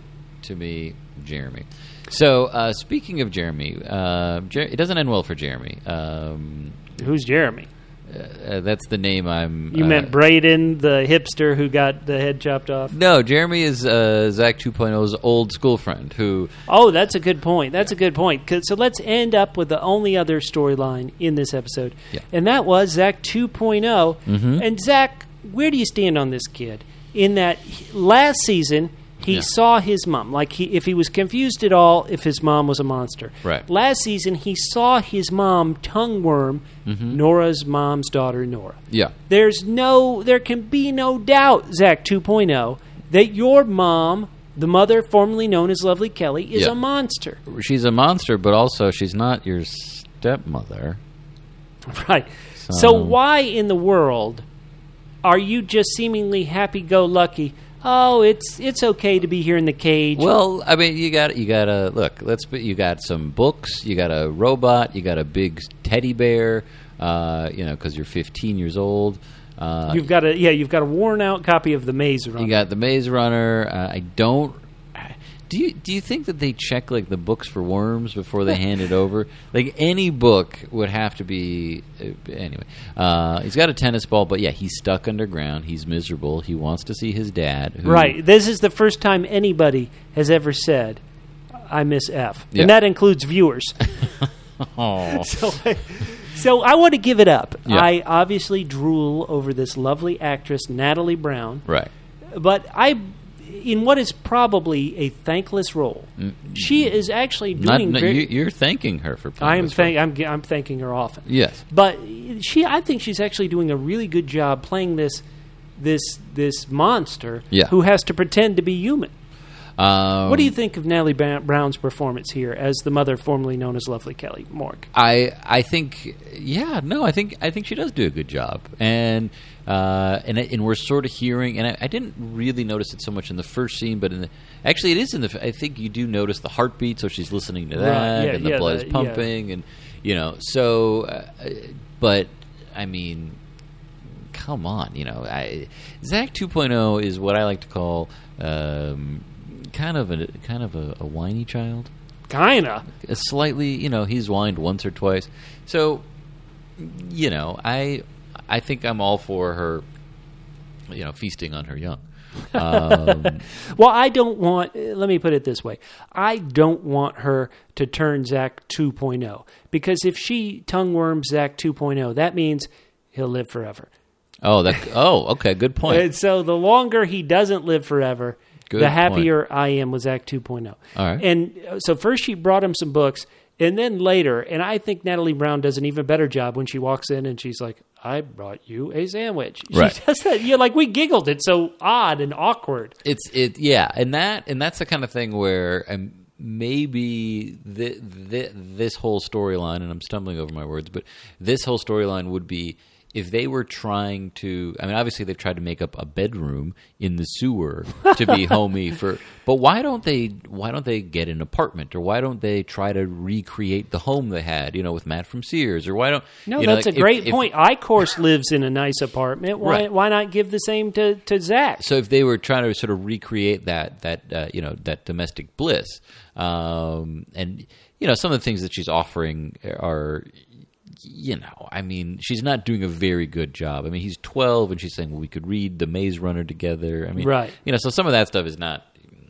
Speaker 2: to me, Jeremy. So uh, speaking of Jeremy, uh, Jer- it doesn't end well for Jeremy. Um,
Speaker 1: Who's Jeremy?
Speaker 2: Uh, that's the name I'm.
Speaker 1: You
Speaker 2: uh,
Speaker 1: meant Braden, the hipster who got the head chopped off.
Speaker 2: No, Jeremy is uh, Zach 2.0's old school friend who.
Speaker 1: Oh, that's a good point. That's a good point. 'Cause- So let's end up with the only other storyline in this episode.
Speaker 2: Yeah. Mm-hmm.
Speaker 1: And that was Zach 2.0. And Zach, where do you stand on this kid? In that he- last season, he
Speaker 2: Yeah.
Speaker 1: saw his mom. Like, he, if he was confused at all, if his mom was a monster.
Speaker 2: Right.
Speaker 1: Last season, he saw his mom, Tongue Worm,
Speaker 2: Mm-hmm.
Speaker 1: Nora's mom's daughter, Nora.
Speaker 2: Yeah.
Speaker 1: There's no, there can be no doubt, Zach 2.0, that your mom, the mother formerly known as Lovely Kelly, is
Speaker 2: Yeah.
Speaker 1: a monster.
Speaker 2: She's a monster, but also she's not your stepmother.
Speaker 1: Right. so
Speaker 2: Um,
Speaker 1: why in the world are you just seemingly happy-go-lucky? Oh, it's it's okay to be here in the cage.
Speaker 2: Well, I mean, you got you got to look. Let's be, you got some books, you got a robot, you got a big teddy bear. Uh, you know, because you're 15 years old. Uh,
Speaker 1: you've got a yeah, you've got a worn-out copy of the Maze Runner.
Speaker 2: You got the Maze Runner. Uh, I don't. Do you do you think that they check like the books for worms before they hand it over? Like any book would have to be uh, anyway. Uh, he's got a tennis ball, but yeah, he's stuck underground. He's miserable. He wants to see his dad. who-
Speaker 1: right. This is the first time anybody has ever said, "I miss F,"
Speaker 2: Yeah.
Speaker 1: and that includes viewers.
Speaker 2: Aw.
Speaker 1: so, so I want to give it up.
Speaker 2: Yeah.
Speaker 1: I obviously drool over this lovely actress Natalie Brown,
Speaker 2: Right.
Speaker 1: but I, in what is probably a thankless role, she is actually
Speaker 2: Mm. Not,
Speaker 1: doing.
Speaker 2: no,
Speaker 1: very,
Speaker 2: you, you're thanking her for. Playing
Speaker 1: I am
Speaker 2: this role.
Speaker 1: thank, I'm, I'm thanking her often,
Speaker 2: Yes.
Speaker 1: but she. I think she's actually doing a really good job playing this. This this monster
Speaker 2: Yeah.
Speaker 1: who has to pretend to be human.
Speaker 2: Um,
Speaker 1: What do you think of Natalie Ba- Brown's performance here as the mother formerly known as Lovely Kelly Morg?
Speaker 2: I I think yeah no I think I think she does do a good job and uh, and and we're sort of hearing and I, I didn't really notice it so much in the first scene but in the actually it is in the f- I think you do notice the heartbeat so she's listening to that
Speaker 1: Right, yeah,
Speaker 2: and the
Speaker 1: yeah,
Speaker 2: blood
Speaker 1: the-
Speaker 2: is
Speaker 1: yeah.
Speaker 2: pumping and you know so uh, but I mean come on, you know, I, Zach 2.0 is what I like to call um, kind of a kind of a, a whiny child
Speaker 1: Kinda.
Speaker 2: a slightly you know he's whined once or twice so you know i i think i'm all for her you know feasting on her young um,
Speaker 1: Well, I don't want, uh, let me put it this way I don't want her to turn Zach 2.0 because if she tongue worms Zach 2.0, that means he'll live forever.
Speaker 2: oh that oh okay good point
Speaker 1: And so the longer he doesn't live forever,
Speaker 2: Good
Speaker 1: the
Speaker 2: point.
Speaker 1: happier I am with Zach 2.0.
Speaker 2: All right.
Speaker 1: And uh, so first she brought him some books, and then later, and I think Natalie Brown does an even better job when she walks in and she's like, I brought you a sandwich.
Speaker 2: Right.
Speaker 1: She does that. You're like, we giggled. It's so odd and awkward.
Speaker 2: it's it yeah and that and that's the kind of thing where um, maybe th- th- this whole storyline, and I'm stumbling over my words, but this whole storyline would be if they were trying to. I mean, obviously they've tried to make up a bedroom in the sewer to be homey for, but why don't they? Why don't they get an apartment, or why don't they try to recreate the home they had, you know, with Matt from Sears, or why don't?
Speaker 1: No,
Speaker 2: you know,
Speaker 1: that's
Speaker 2: like,
Speaker 1: a
Speaker 2: if-
Speaker 1: great
Speaker 2: if-
Speaker 1: point. I course lives in a nice apartment. Why
Speaker 2: Right.
Speaker 1: why not give the same to, to Zach?
Speaker 2: So if they were trying to sort of recreate that that uh, you know that domestic bliss, um, and you know some of the things that she's offering are, you know, I mean she's not doing a very good job. I mean he's twelve and she's saying well, we could read The Maze Runner together. I mean,
Speaker 1: Right.
Speaker 2: You know, so some of that stuff is not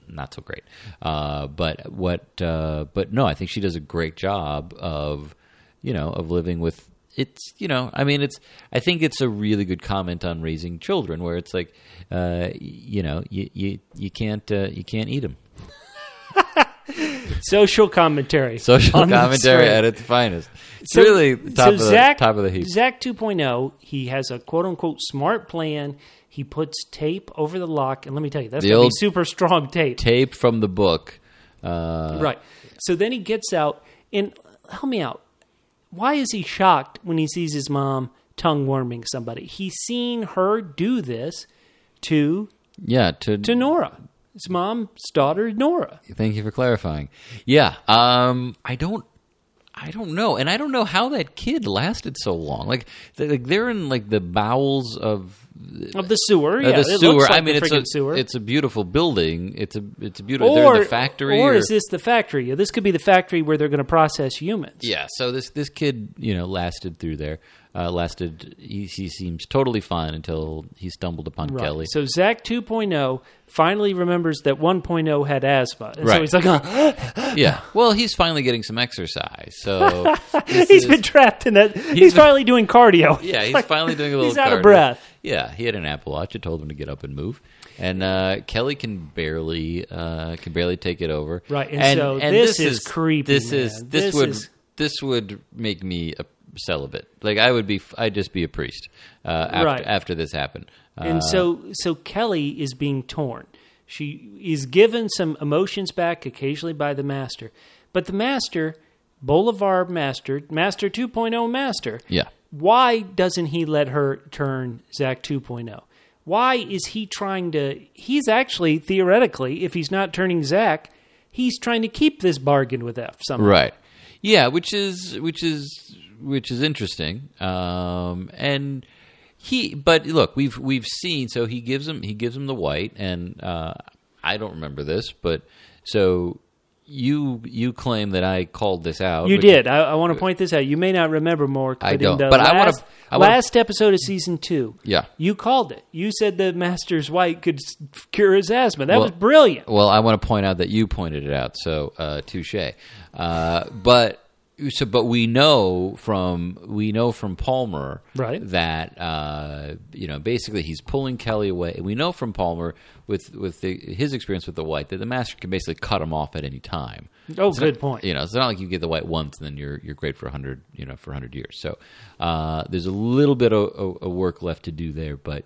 Speaker 2: not so great. Uh, but what? Uh, but no, I think she does a great job of you know of living with. It's you know I mean it's I think it's a really good comment on raising children where it's like uh, y- you know you you, you can't uh, you can't eat them
Speaker 1: Social commentary.
Speaker 2: social
Speaker 1: on the
Speaker 2: commentary
Speaker 1: thread.
Speaker 2: at its finest it's
Speaker 1: Oh, So-
Speaker 2: really top of the
Speaker 1: Zach-
Speaker 2: top of the heap
Speaker 1: Zach 2.0, he has a quote unquote smart plan. He puts tape over the lock, and let me tell you, that's
Speaker 2: The
Speaker 1: gonna be
Speaker 2: old
Speaker 1: super strong tape.
Speaker 2: tape from the book uh,
Speaker 1: right. So then he gets out, and help me out. Why is he shocked when he sees his mom tongue warming somebody? He's seen her do this to
Speaker 2: yeah to,
Speaker 1: to Nora. His mom's daughter, Nora.
Speaker 2: Thank you for clarifying. Yeah, um, I don't, I don't know, and I don't know how that kid lasted so long. Like, they like they're in like the bowels of
Speaker 1: Of the sewer.
Speaker 2: uh,
Speaker 1: yeah,
Speaker 2: the
Speaker 1: it
Speaker 2: sewer.
Speaker 1: looks like
Speaker 2: I mean,
Speaker 1: the
Speaker 2: it's a
Speaker 1: friggin' sewer.
Speaker 2: it's a beautiful building. It's a it's a beautiful. they're in the factory,
Speaker 1: Or, is this the factory? This could be the factory where they're going to process humans.
Speaker 2: yeah? So this this kid, you know, lasted through there. Uh, lasted. He, he seems totally fine until he stumbled upon
Speaker 1: Right.
Speaker 2: Kelly.
Speaker 1: So Zach 2.0 finally remembers that 1.0 had asthma. And So
Speaker 2: Right.
Speaker 1: he's like, "Huh."
Speaker 2: yeah. Well, he's finally getting some exercise. So this
Speaker 1: he's
Speaker 2: is-
Speaker 1: been trapped in that. He's,
Speaker 2: been-
Speaker 1: finally doing cardio.
Speaker 2: Yeah, he's
Speaker 1: Like,
Speaker 2: finally doing a little.
Speaker 1: He's out of
Speaker 2: cardio.
Speaker 1: breath.
Speaker 2: Yeah, he had an Apple Watch. It told him to get up and move, and uh, Kelly can barely uh, can barely take it over.
Speaker 1: Right, and so this is creepy,
Speaker 2: This is
Speaker 1: man.
Speaker 2: this,
Speaker 1: This
Speaker 2: would
Speaker 1: is-
Speaker 2: this would make me a celibate. Like I would be, I'd just be a priest uh, after,
Speaker 1: Right.
Speaker 2: after this happened. Uh,
Speaker 1: And so, so Kelly is being torn. She is given some emotions back occasionally by the master, but the master, Boulevard Master, Master 2.0 Master,
Speaker 2: yeah,
Speaker 1: why doesn't he let her turn Zach 2.0? Why is he trying to? He's actually, theoretically, if he's not turning Zach, he's trying to keep this bargain with F somehow.
Speaker 2: right. Yeah, which is which is which is interesting. Um, and he, but look, we've we've seen. So he gives him he gives him the white, and uh, I don't remember this, but so you you claim that I called this out.
Speaker 1: You
Speaker 2: which-
Speaker 1: did. I, I want to point this out. You may not remember more.
Speaker 2: I
Speaker 1: but
Speaker 2: don't,
Speaker 1: In the
Speaker 2: but I wanna-
Speaker 1: last,
Speaker 2: I wanna-
Speaker 1: last episode of season two,
Speaker 2: Yeah.
Speaker 1: you called it. You said the master's white could s- cure his asthma. That
Speaker 2: Well-
Speaker 1: was brilliant.
Speaker 2: Well, I want to point out that you pointed it out, so uh, touche. Uh, but so, but we know from we know from Palmer
Speaker 1: Right.
Speaker 2: that uh, you know basically he's pulling Kelly away. And we know from Palmer with with the, his experience with the White that the Master can basically cut him off at any time.
Speaker 1: Oh,
Speaker 2: It's
Speaker 1: good
Speaker 2: not-
Speaker 1: point.
Speaker 2: You know, it's not like you get the white once and then you're you're great for hundred you know for hundred years. So uh, there's a little bit of, of, of work left to do there, but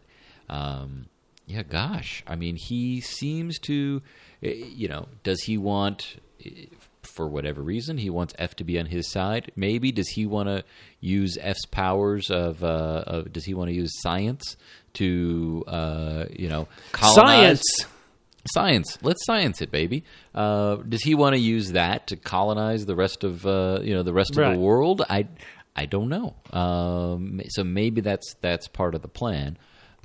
Speaker 2: um, yeah, gosh, I mean, he seems to, eh, you know, does he want? eh, For whatever reason, he wants F to be on his side. Maybe does he want to use F's powers of? Uh, of does he want to use science to, uh, you know, colonize?
Speaker 1: Science.
Speaker 2: science let's science it baby uh, does he want to use that to colonize the rest of uh, you know the rest of
Speaker 1: Right.
Speaker 2: the world i i don't know um, so maybe that's that's part of the plan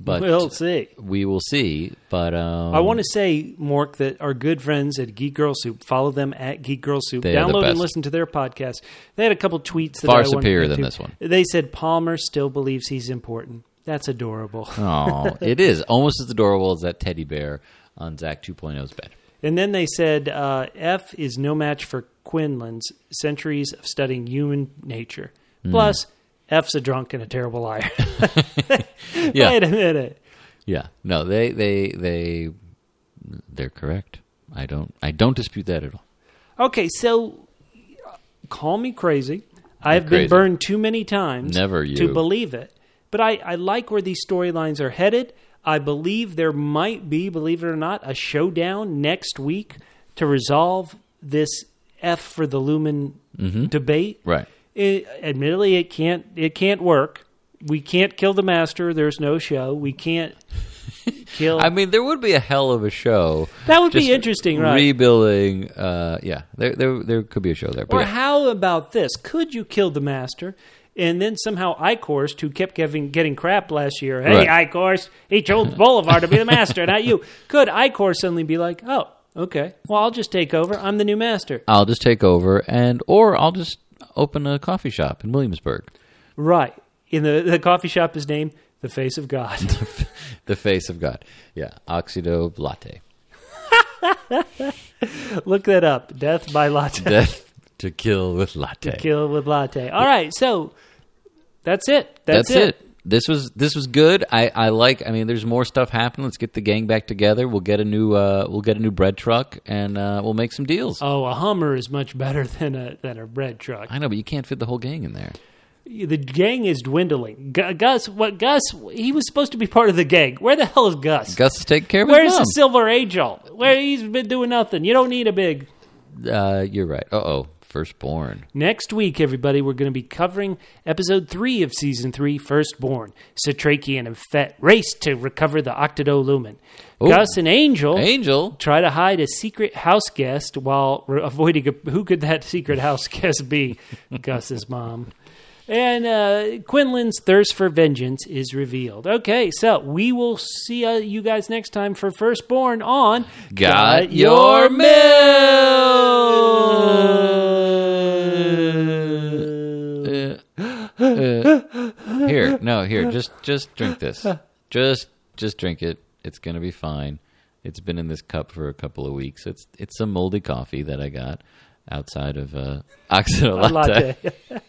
Speaker 2: but
Speaker 1: We'll see.
Speaker 2: we will see but um,
Speaker 1: I want to say, Mork, that our good friends at Geek Girl Soup follow them at Geek Girl Soup.
Speaker 2: They are the
Speaker 1: Download and
Speaker 2: best.
Speaker 1: listen to their podcast. They had a couple tweets that
Speaker 2: Far
Speaker 1: I wanted
Speaker 2: superior
Speaker 1: to-
Speaker 2: than this one.
Speaker 1: They said Palmer still believes he's important. That's adorable.
Speaker 2: oh it is almost as adorable as that teddy bear on zach 2.0's bed
Speaker 1: And then they said uh, F is no match for Quinlan's centuries of studying human nature.
Speaker 2: Hmm.
Speaker 1: Plus, F's a drunk and a terrible liar.
Speaker 2: yeah
Speaker 1: Wait a minute.
Speaker 2: yeah no they they they they're correct i don't i don't dispute that at all
Speaker 1: Okay, so uh, call me crazy. I've
Speaker 2: crazy.
Speaker 1: been burned too many times
Speaker 2: Never you.
Speaker 1: to believe it. But I, I like where these storylines are headed. I believe there might be, believe it or not, a showdown next week to resolve this F for the Lumen debate.
Speaker 2: Mm-hmm. Right.
Speaker 1: It, admittedly, it can't it can't work. We can't kill the master. There's no show. We can't kill.
Speaker 2: I mean, there would be a hell of a show.
Speaker 1: That would be
Speaker 2: Just
Speaker 1: interesting, right?
Speaker 2: Rebuilding. Uh, yeah, there, there, there could be a show there. But
Speaker 1: Or
Speaker 2: yeah.
Speaker 1: how about this? Could you kill the master? And then somehow Icorst, who kept giving, getting crap last year, hey,
Speaker 2: Right.
Speaker 1: Icorst, he chose Boulevard to be the master, not you. Could Icorst suddenly be like, oh, okay, well, I'll just take over. I'm the new master.
Speaker 2: I'll just take over, and or I'll just open a coffee shop in Williamsburg.
Speaker 1: Right. In the, the coffee shop is named The Face of God.
Speaker 2: the face of God. Yeah, Oxido Latte.
Speaker 1: Look that up. Death by latte.
Speaker 2: Death to kill with latte.
Speaker 1: Kill with latte. All right, so that's it. That's, it.
Speaker 2: This was this was good. I, I like. I mean, there's more stuff happening. Let's get the gang back together. We'll get a new uh, we'll get a new bread truck, and uh, we'll make some deals.
Speaker 1: Oh, a Hummer is much better than a than a bread truck.
Speaker 2: I know, but you can't fit the whole gang in there.
Speaker 1: the gang is dwindling. Gu- Gus, what Gus? He was supposed to be part of the gang. Where the hell is Gus?
Speaker 2: Gus, take care of his
Speaker 1: Where's
Speaker 2: mom.
Speaker 1: the Silver Angel? Where he's been doing nothing. You don't need a big.
Speaker 2: Uh, you're right. Uh oh, firstborn.
Speaker 1: Next week, everybody, we're going to be covering episode three of season three, Firstborn. Satrakian and Fett race to recover the Octodo Lumen. Gus and
Speaker 2: Oh.
Speaker 1: Angel
Speaker 2: Angel.
Speaker 1: try to hide a secret house guest while re- avoiding a, who could that secret house guest be? Gus's mom. And uh, Quinlan's thirst for vengeance is revealed. Okay, so we will see uh, you guys next time for Firstborn on
Speaker 2: Got your mail. here, no, here. Just just drink this. Just just drink it. It's gonna be fine. It's been in this cup for a couple of weeks. It's it's some moldy coffee that I got outside of uh, Oxidolatte.
Speaker 1: latte.